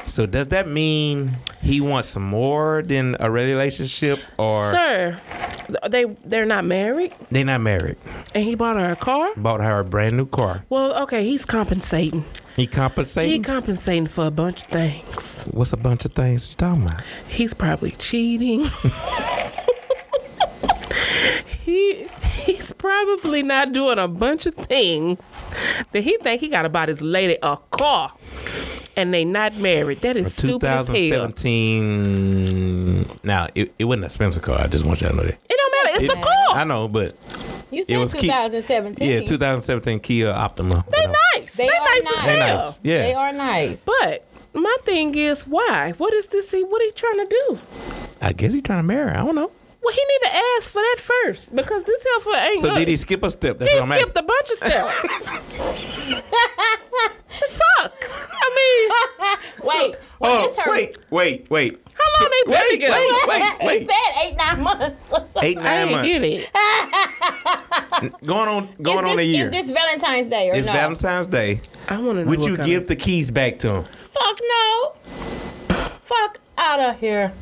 So does that mean he wants some more than a relationship, or Sir, they they're not married, they not married? and he bought her a car. Bought her a brand new car. Well, okay, he's compensating. He He compensated. compensating for a bunch of things. What's a bunch of things you talking about? He's probably cheating. he he's probably not doing a bunch of things that he think he got to buy this lady a car, and they not married. That is stupid as hell. 2017. Now it, it wasn't an expensive car. I just want y'all to know that. It don't matter. It's a It- car. I know, but You it said was Kia- 2017. yeah, 2017 Kia Optima. they Whatever. nice. They, They are nice as nice. They hell. nice. Yeah, They are nice. But my thing is, why? What is this? He what he trying to do? I guess he trying to marry. her. I don't know. Well, he need to ask for that first because this helpful ain't. So look, did he skip a step? That's He what I'm asking. skipped a bunch of steps. Fuck. I mean, Wait. oh, was her- wait, wait, wait. how long they been Wait, together? wait, wait, He wait. said eight, nine months. Eight, I nine ain't months. get it. Going on, Is going this, on a year. Is this Valentine's Day or it's no? Valentine's Day. I want to know. Would what you kind give Of, the keys back to him? Fuck no. Fuck out of here.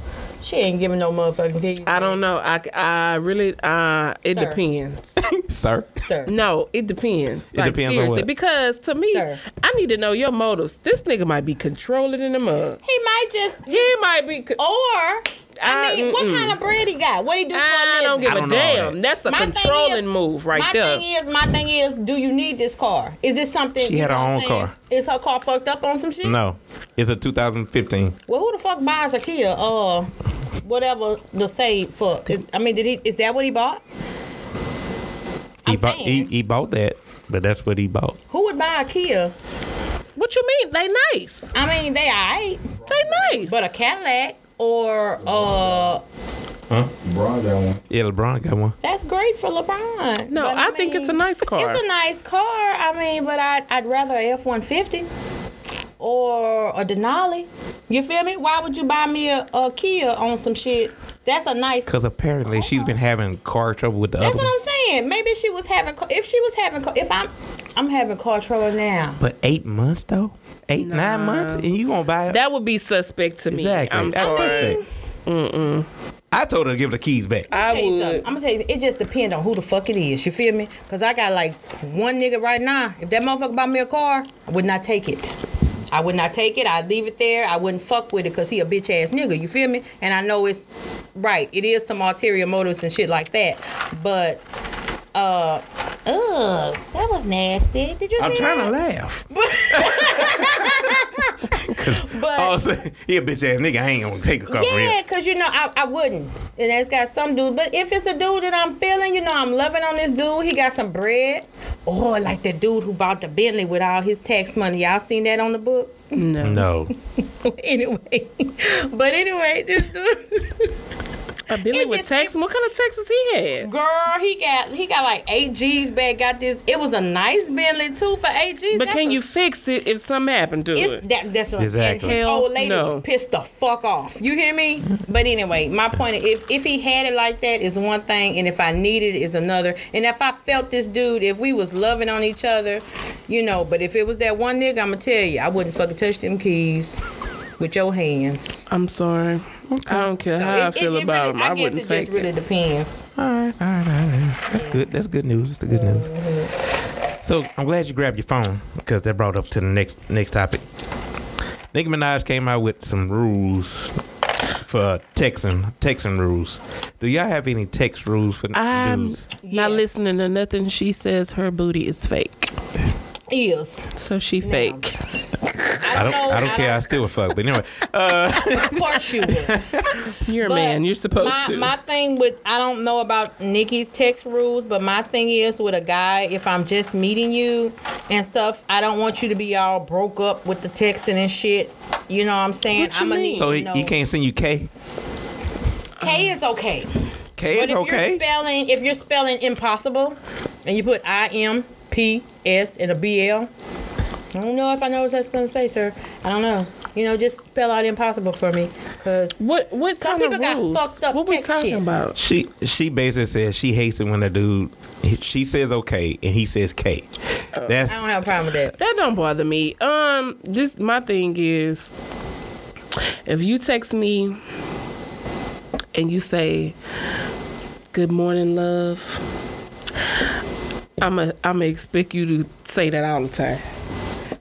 She ain't giving no motherfucking keys. I don't know. I, I really. Uh, it Sir. depends. Sir, Sir. Mm. No, it depends. It depends on seriously, what? because to me, Sir. I need to know your motives. This nigga might be controlling in the mug. He might just. He might be. co- Oh, Or. I I- mean, what mm-mm. kind of bread he got? What he do for I a don't living? give I don't a know all damn. that. That's a My thing controlling is- move right my there. thing is, my thing is, do you need this car? Is this something? She you had know her what I'm own saying? car. Is her car fucked up on some shit? no. It's a 2015. Well, who the fuck buys a Kia? Uh, whatever the save for. Is- I mean, did he? Is that what he bought? He I'm bought, he, saying. he bought that, but that's what he bought. Who would buy a Kia? what you mean? They nice. I mean, they alright, They nice. but a Cadillac or uh, Bro, that one. Yeah, LeBron got one. that's great for LeBron. no, But, I, think it's a mean, nice car. It's a nice car. I mean, but I'd, I'd rather a F one fifty or a Denali. You feel me? Why would you buy me a, a Kia on some shit? That's a nice. Because apparently she's been having car trouble with the Oh. That's other what one. I'm saying. Maybe she was having. ca- If she was having. ca- If I'm. I'm having car trouble now. But eight months though? Eight, nine months? And you gonna buy it? That would be suspect to me. exactly. I'm That's sorry. suspect. I told her to give the keys back. I I'm would. gonna tell you, something. it just depends on who the fuck it is. You feel me? Cause I got like one nigga right now. If that motherfucker bought me a car, I would not take it. I would not take it. I'd leave it there. I wouldn't fuck with it because he a bitch ass nigga. You feel me? And I know it's right. It is some ulterior motives and shit like that. But uh, ugh, that was nasty. Did you I'm see trying that? to laugh. But Oh, so he a bitch ass nigga. I ain't gonna take a car from Yeah, him. because you know I, I wouldn't, and that's got some dude. But if it's a dude that I'm feeling, you know I'm loving on this dude. He got some bread, or like the dude who bought the Bentley with all his tax money. Y'all seen that on the book? No. No. anyway, but anyway, this dude. A Billy It with just- text. What kind of text is he had? Girl, he got he got like eight G's back. Got this. It was a nice Bentley too for eight G's. But That's can a- you fix it if something happened to It's, it? that, that's what Exactly. And his Hell old lady no. was pissed the fuck off. You hear me? But anyway, my point is, if if he had it like that is one thing, and if I needed it is another. And if I felt this dude, if we was loving on each other, you know. But if it was that one nigga, I'ma tell you, I wouldn't fucking touch them keys with your hands. I'm sorry. I don't care how I It- it- feel it about really- him. I, I, guess wouldn't it take just really it. depends. All right, all right, all right. That's good. That's good news. That's the good news. So I'm glad you grabbed your phone because that brought up to the next next topic. Nicki Minaj came out with some rules for texting, texting rules. Do y'all have any text rules for Um, I'm dudes? Yes. not listening to nothing she says. Her booty is fake, Is so she fake. I don't, know, I don't care. I still would fuck. But anyway, Of course you would. You're a But man. You're supposed my, to. My thing with I don't know about Nikki's text rules, but my thing is with a guy, if I'm just meeting you and stuff, I don't want you to be all broke up with the texting and shit. You know what I'm saying? What you I'm mean? so he, he can't send you K. K is okay. K but is if okay. you're spelling, if you're spelling impossible, and you put I M P S and a B L, I don't know if I know what that's gonna say, sir. I don't know. You know, just spell out impossible for me, cause what what Some kind people of got rules? fucked up what we text talking shit. about? She she basically says she hates it when a dude he- she says okay and he says K. That's Oh, I don't have a problem with that. That don't bother me. Um, this my thing is, if you text me and you say, "Good morning, love," I'm a I'm a expect you to say that all the time.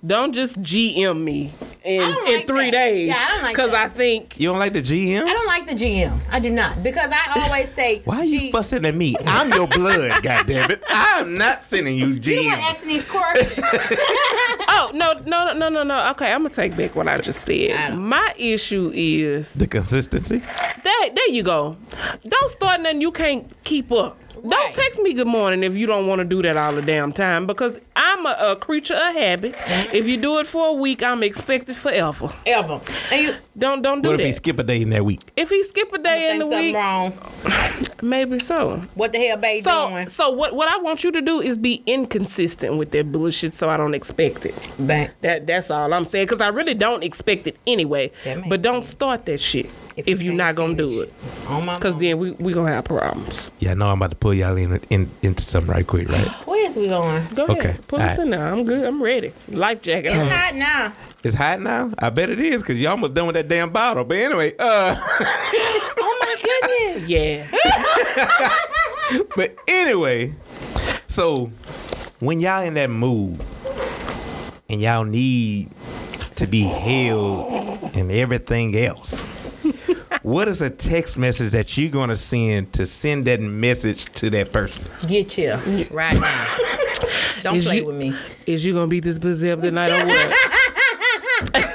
Don't just GM me in I don't in like three that. days. Yeah, I don't like Cause that. I think you don't like the GM. I don't like the GM. I do not because I always say Why are you G- fussing at me? I'm your blood, goddammit. I'm not sending you You want GM. asking these questions? oh no no no no no okay I'm gonna take back what I just I said. don't- My issue is The consistency. That there you go. Don't start nothing you can't keep up. Right. Don't text me good morning if you don't want to do that all the damn time because I'm a, a creature of habit. Mm-hmm. If you do it for a week, I'm expected forever. Ever. And you Don't don't do What if that. he skip a day in that week? if he skip a day in think the something week, wrong. maybe so. What the hell, babe? So doing? so what what I want you to do is be inconsistent with that bullshit so I don't expect it. Back. That that's all I'm saying because I really don't expect it anyway. That makes But don't start that shit if, If you you're not can't gonna do finish. it On my. because then we we gonna have problems. Yeah, I know I'm about to pull y'all in, in into something right quick, right? Where is we going? Go ahead. Okay. Pull All us right. in now. I'm good. I'm ready. Life jacket. It's on. hot now. It's hot now. I bet it is because you almost done with that damn bottle. But anyway, uh, Oh my goodness. yeah. but anyway, so when y'all in that mood and y'all need to be held and everything else, what is a text message that you're gonna send to send that message to that person? Get you right now. Don't Is play you- with me. Is you gonna beat this pussy up tonight or what?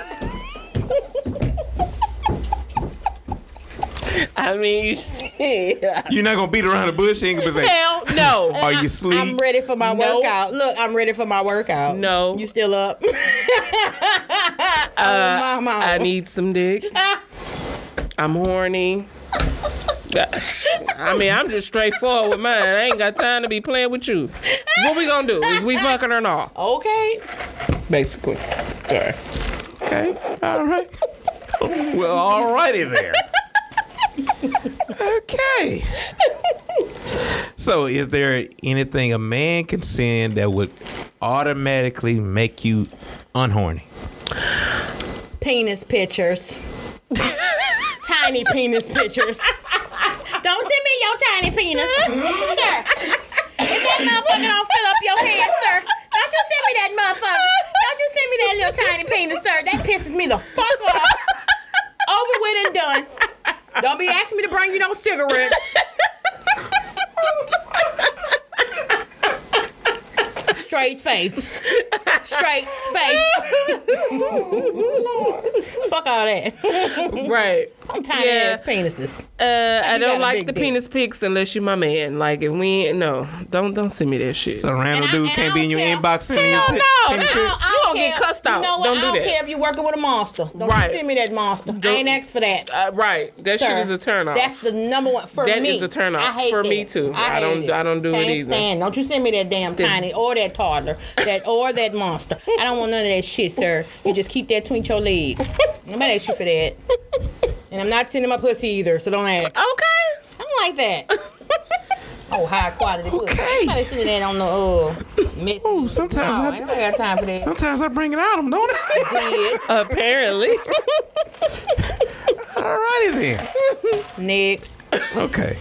I mean, You're not gonna beat around the bush. You ain't gonna be saying, hell no. "Are you I'm sleep?" ready for my Nope. workout. Look, I'm ready for my workout. No. Uh, You still up? oh, mama. I need some dick. I'm horny. Gosh. I mean, I'm just straightforward with mine. I ain't got time to be playing with you. What we gonna do? Is we fucking or not? okay. Basically. Sorry. Okay, all right. well, alrighty there. okay. So, is there anything a man can send that would automatically make you unhorny? penis pictures. tiny penis pictures. Don't send me your tiny penis, sir. If that motherfucker don't fill up your pants, sir, don't you send me that motherfucker. Don't you send me that little tiny penis, sir. That pisses me the fuck off. Over with and done. Don't be asking me to bring you no cigarettes. Straight face. Straight face. Fuck all that. Right. Tiny Yeah. ass penises. Uh, I you got don't a like big the dick. penis pics unless you my man. Like if we ain't, no, don't don't send me that shit. So, a random And I- dude and I can't be in don't your care. inbox sending you Hell pic- no, penis no. pic? You a gonna get cussed out. You know what? Don't I do don't that. care if you're working with a monster. Don't Right. you send me that monster. I Don't- ain't asked for that. Uh, right. That sir. shit is a turn off. That's the number one for That me. is a turn off. I hate For that. me, too. I hate don't- it. I don't do it Can't either. Stand. Don't you send me that damn tiny or that toddler, that or that monster. I don't want none of that shit, sir. You just keep that between your legs. Nobody asked you for that. And I'm not sending my pussy either, so don't ask. okay. I don't like that. oh, high quality pussy. Okay. Somebody send me that on the uh, message. Ooh, sometimes no, I- Oh, ain't nobody got time for that. Sometimes I bring it out them, don't I? Dead. Apparently. Alrighty then. Next. Okay.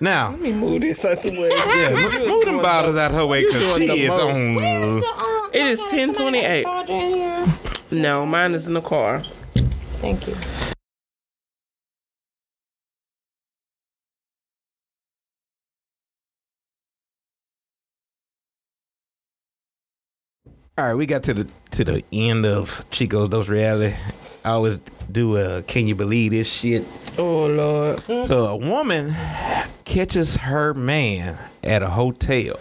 Now, Let me move this out the way. yeah, mo- You was move them doing bottles out her way because doing the she is most. on. um, It is 1028. No, mine is in the car. Thank you. All right, we got to the to the end of Chico's Dose Reality. I always do a can you believe this shit? Oh Lord. So a woman catches her man at a hotel.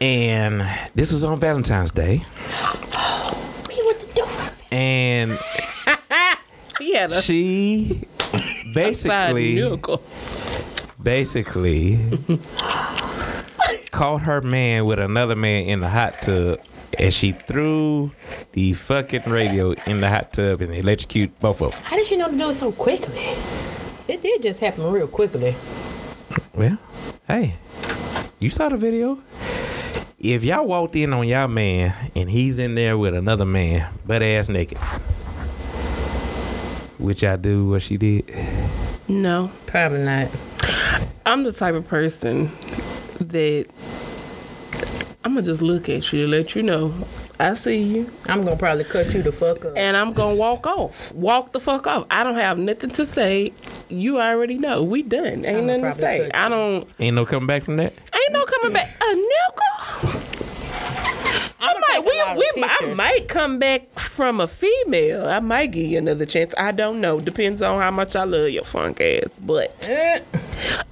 And this was on Valentine's Day. And He had a she side basically miracle. basically caught her man with another man in the hot tub and she threw the fucking radio in the hot tub and electrocuted both of them. How did she know to do it so quickly? It did just happen real quickly. Well, hey, you saw the video. If y'all walked in on y'all man and he's in there with another man, butt ass naked, which I do what she did. No. Probably not. I'm the type of person that I'm gonna just look at you to let you know I see you, I'm gonna probably cut you the fuck up. and I'm gonna walk off. Walk the fuck off. I don't have nothing to say. You already know we done. Ain't nothing to probably say. touch I don't. Ain't no coming back from that. Ain't no coming back. A nickel. I'm Might, we, we, I might come back from a female. I might give you another chance. I don't know. Depends on how much I love your funk ass. But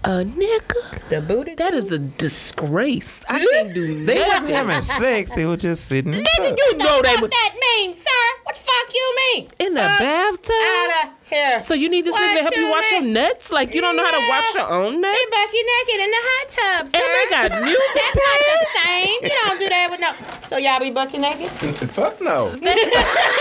a nickel. the booty. That is a disgrace. I can't do They nothing. wasn't having sex. They were just sitting. in the tub. You know they was that mean, sir? What the fuck you mean? in the bathtub. Out of here. So you need this nigga to help you wash your nuts? Like you don't know how to wash your own nuts? They bucky naked in the hot tub, sir. And they got music That's not the same. You don't do that with no. So y'all be bucky naked? Fuck no.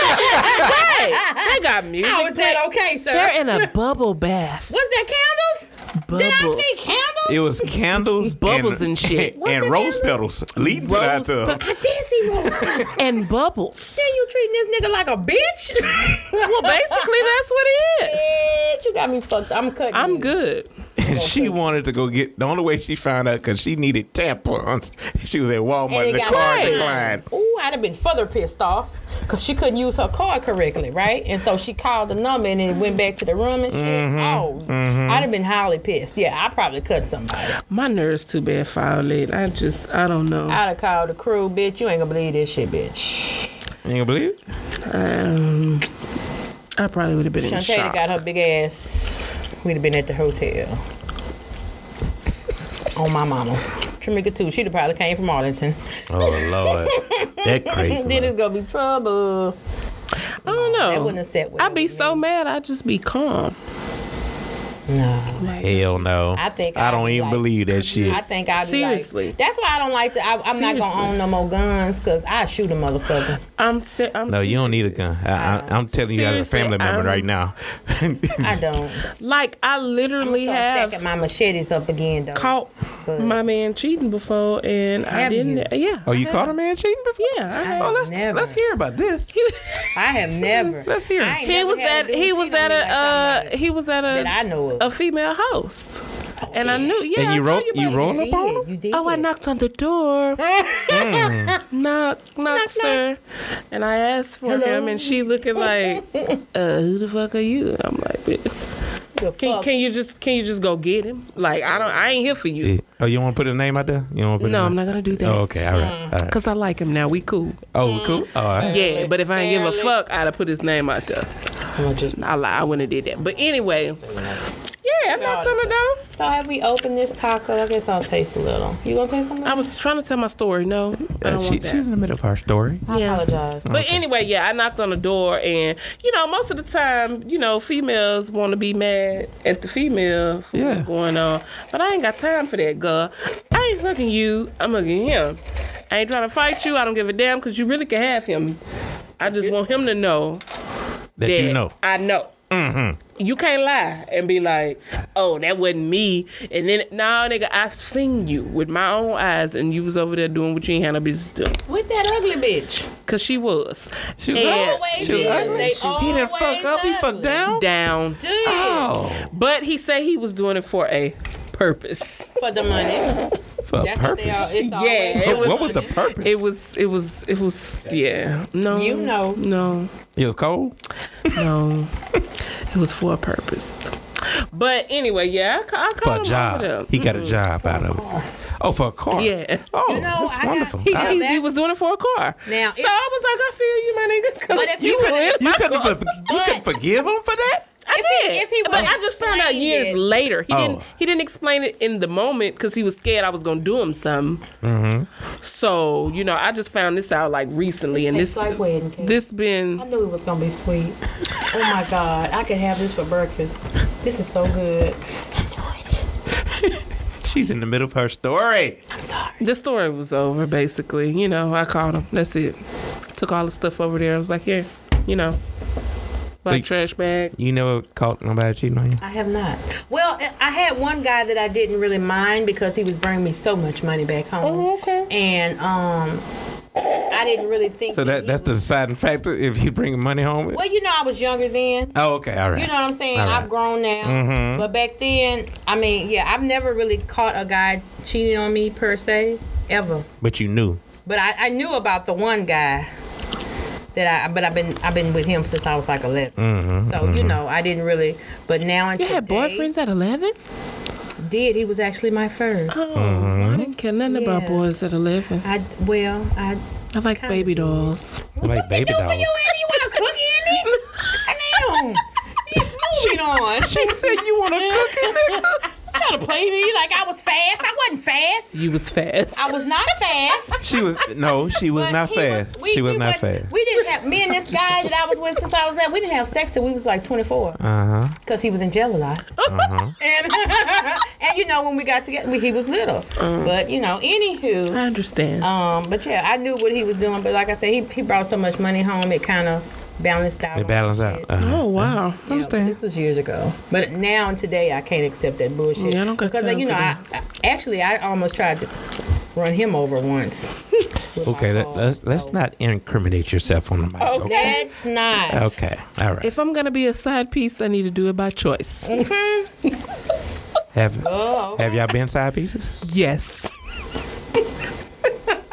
Hey, they got music. How is that okay, sir? They're in a bubble bath. Was there candles? Did I Bubbles. see candles? It was candles, Bubbles and shit. and, rose petals leading to the hot Rose tub. pe- I did see roses. and bubbles. Then you treating this nigga like a bitch? Well, basically that's what it is. Bitch, you got me fucked. up. I'm cutting. I'm you. good. And she wanted to go get. The only way she found out because she needed tampons. She was at Walmart. And The it got car right. declined. Ooh, I'd have been further pissed off because she couldn't use her card correctly, right? And so she called the number and then went back to the room and shit. Oh, I'd have been highly pissed. Yeah, I probably cut somebody. My nerves too bad foul it. I just I don't know. I'd have called the crew, bitch. You ain't gonna believe this shit, bitch. You ain't gonna believe it? um, I probably would have been in Shantae shock. got her big ass. We'd have been at the hotel. On my mama. Tramika too. She'd have probably came from Arlington. Oh Lord, that crazy. then it's gonna be trouble. I don't know. That wouldn't have sat well. I'd be so mad. I'd just be calm. No. Hell no. I think I I'd don't be even like- believe that shit. I think I'd be Seriously. Like, that's why I don't like to. I, I'm not Seriously. gonna own no more guns because I shoot a motherfucker. I'm. Se- I'm no, you don't need a gun. I, I, I'm telling you, as a Seriously, family member I'm- right now. Uh, um, I don't. Like I literally I'm gonna start stacking have my machetes up again though. caught my man cheating before, and I Have didn't. Yeah. oh, you I caught a have. man cheating before? Yeah. I Oh, have. let's Never. let's hear about this. He, I have never. Let's hear it. I ain't he never was had at. a dude He was cheat on at me like a. Uh, somebody he was at that I a. know of. A female house, and I knew. Yeah. And you I roll told you about roll it. up on Mm. him? did. You did. Oh, I knocked on the door. knock, knock, sir. And I asked for him, and she looking like, uh, "Who the fuck are you?" I'm like, "Bitch, The "Can fuck? can you just can you just go get him? Like, I don't, I ain't here for you. Yeah. Oh, you want to put his name out there? You want to put? No, his I'm name? not gonna do that. Oh, okay, all right, Mm-hmm. all right. Cause I like him now. We cool. Oh, cool. All right. Yeah, but if I ain't give a fuck, I'd have put his name out there. I'm gonna just- I lie, I wouldn't have did that. But anyway, I'm not coming down. So have we opened this taco? I guess I'll taste a little. You gonna taste something? I was trying to tell my story. No, I Mm-hmm. Uh, don't she, want that. she's in the middle of her story. I apologize. But anyway, yeah, I knocked on the door, and you know, most of the time, you know, females want to be mad at the female for Yeah. what's going on, but I ain't got time for that, girl. I ain't looking you. I'm looking him. I ain't trying to fight you. I don't give a damn because you really can have him. I just want him to know That you know. Mm-hmm. I know. You can't lie and be like, "Oh, that wasn't me." And then, nah, nigga, I seen you with my own eyes, and you was over there doing what you ain't had no business doing, With that ugly bitch. cause she was. She And- Always She was is. ugly. They he always didn't fuck up. He fucked ugly. down. down. Dude. Oh, But he said he was doing it for a purpose. For the money. for a That's what they are. purpose. It's always Yeah, it But was- what was the purpose? It was it was it was yeah. No. You know. No. It was cold. No. it was for a purpose. But anyway, yeah, I, ca- I For a called him over job. them. He got a job out of it. Oh, for a car. Yeah. Oh, You know, I that's got- wonderful. He, I- he, that- he was doing it for a car. Now, so if- I was like, I feel you, my nigga. 'cause But if you would've- would've- you couldn't, for, you couldn't forgive him for that. I If he- did. if he but would've I just found out explained years it. later. He Oh. didn't. He didn't explain it in the moment because he was scared I was gonna do him some. Mm-hmm. So you know, I just found this out like recently, and this like wedding cake. this I been knew it was gonna be sweet. Oh my god, I could have this for breakfast. This is so good. She's in the middle of her story. I'm sorry. this story was over basically. You know, I called him. That's it. Took all the stuff over there. I was like, here, you know, like you- trash bag. You never caught nobody cheating on you. I have not. Well, eh, I- I had one guy that I didn't really mind because he was bringing me so much money back home, okay. and um, I didn't really think. So that that he that's the was- deciding factor if you bring money home. With. Well, you know, I was younger then. Oh, okay, all right. You know what I'm saying? All right. Mm-hmm. I've grown now. But back then, I mean, yeah, I've never really caught a guy cheating on me per se, ever. but you knew. But I, I knew about the one guy that I, but I've been I've been with him since I was like 11. Mm-hmm. so you know, I didn't really. But now and You had today- boyfriends at eleven? Did he was actually my first. Oh, I didn't care nothing about Yeah. boys at eleven. I well, I I like Kinda baby do. dolls. Like baby dolls. you want a cookie in it? Damn. Moving on. She said you want a cookie. Trying to play me like I was fast. I wasn't fast. You was fast. I was not fast. She was no, she was but not he fast. we- she was we not wasn't- fast. We didn't have me and this guy that I was with since I was there. We didn't have sex till we was like 24 Uh huh. because he was in jail a lot. Uh-huh. And and you know when we got together, we, he was little. Mm. But you know, anywho. I understand. Um, but yeah, I knew what he was doing. But like I said, he, he brought so much money home, it kind of balanced out. It balanced out. Uh-huh. oh wow. Yeah, but this was years ago, but now and today, I can't accept that bullshit. Yeah, I don't got because uh, time you for know, I, I- actually, I almost tried to run him over once. with my Okay, let, car, let's let's so- not incriminate yourself on the mic. Mm-hmm. Okay. That's not. Okay. All right. If I'm gonna be a side piece, I need to do it by choice. have Oh, have y'all been side pieces? Yes,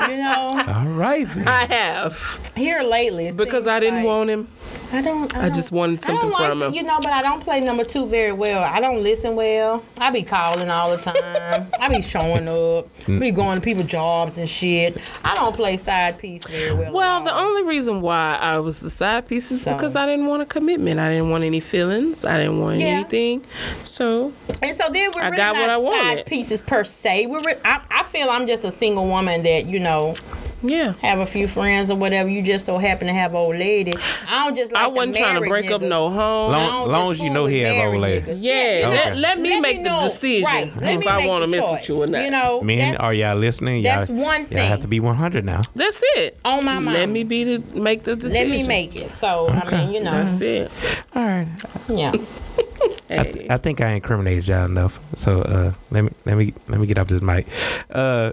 you know, All right. Then. I have here lately it because seems I didn't like- want him. I don't. I, I don't- just wanted I something don't like from it, him. You know, but I don't play number two very well. I don't listen well. I be calling all the time. I be showing up. be going to people's jobs and shit. I don't play side piece very well. Well, at the all. only reason why I was the side piece is So- because I didn't want a commitment. I didn't want any feelings. I didn't want Yeah. anything. So and so then we're I really got what not I wanted. side pieces per se. We're. Re- I, I feel I'm just a single woman that you know yeah, have a few friends or whatever. You just so happen to have old lady. I don't just. Like I the wasn't trying to married break up niggas. no home. I Long- don't long just as you fool know with he have married old lady. Oh. niggas. yeah, you know, let, let me let make me the know. decision Right. Let me if I make want the to mess choice, with you or not. You know, Men, that's, are y'all listening? that's y'all, one Y'all have thing. to be 100 now. That's it. on my mind. Let me be the make the let decision. me make it. So I mean, you know, That's it. All right. yeah. Mm. I, th- Hey. I think I incriminated y'all enough. So uh, let me let me let me get off this mic. Uh,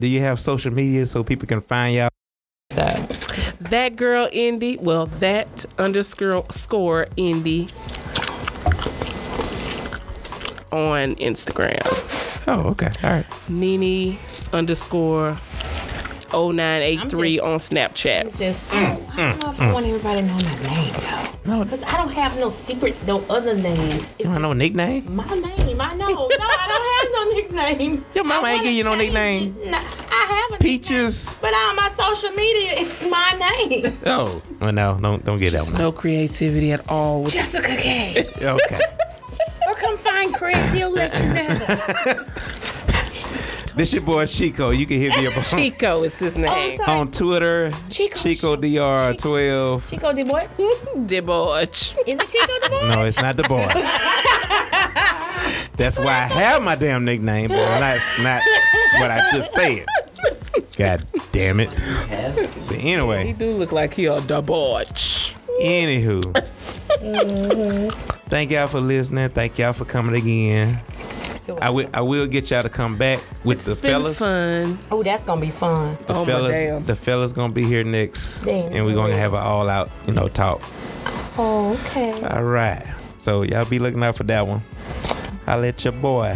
do you have social media so people can find y'all? So That girl Indy. Well, that underscore score Indy on Instagram. Oh, okay. All right. Nini underscore 0983 on Snapchat. just Mm. I don't know if I want everybody to know my name though. No, Because I don't have no secret, no other names. It's you want no nickname? my name. I know. No, I don't have no nickname. Your mama I ain't give you no wanna change nickname. it. No, I have a Peaches. But on my social media, it's my name. Oh, well, no, don't don't get that one. No creativity at all. With Jessica K. Okay. Well, come find Chris, he'll let you know. This your boy Chico. You can hit me up on, Chico is his name. Oh, sorry. on Twitter. Chico, Chico DR12. Chico did what? Debauch. Is it Chico the boy? No, it's not the boy. That's why I have my damn nickname, but that's not what I just said. God damn it. But He anyway, do look like he a debauch. anywho. Thank y'all for listening. Thank y'all for coming again. I will I will get y'all to come back with the Been fellas. fun. Oh, that's gonna be fun. The Oh, my fellas, damn. the fellas gonna be here next, Damn. and we're gonna have an all out, you know, talk. Oh, okay. All right, so y'all be looking out for that one. I'll let your boy.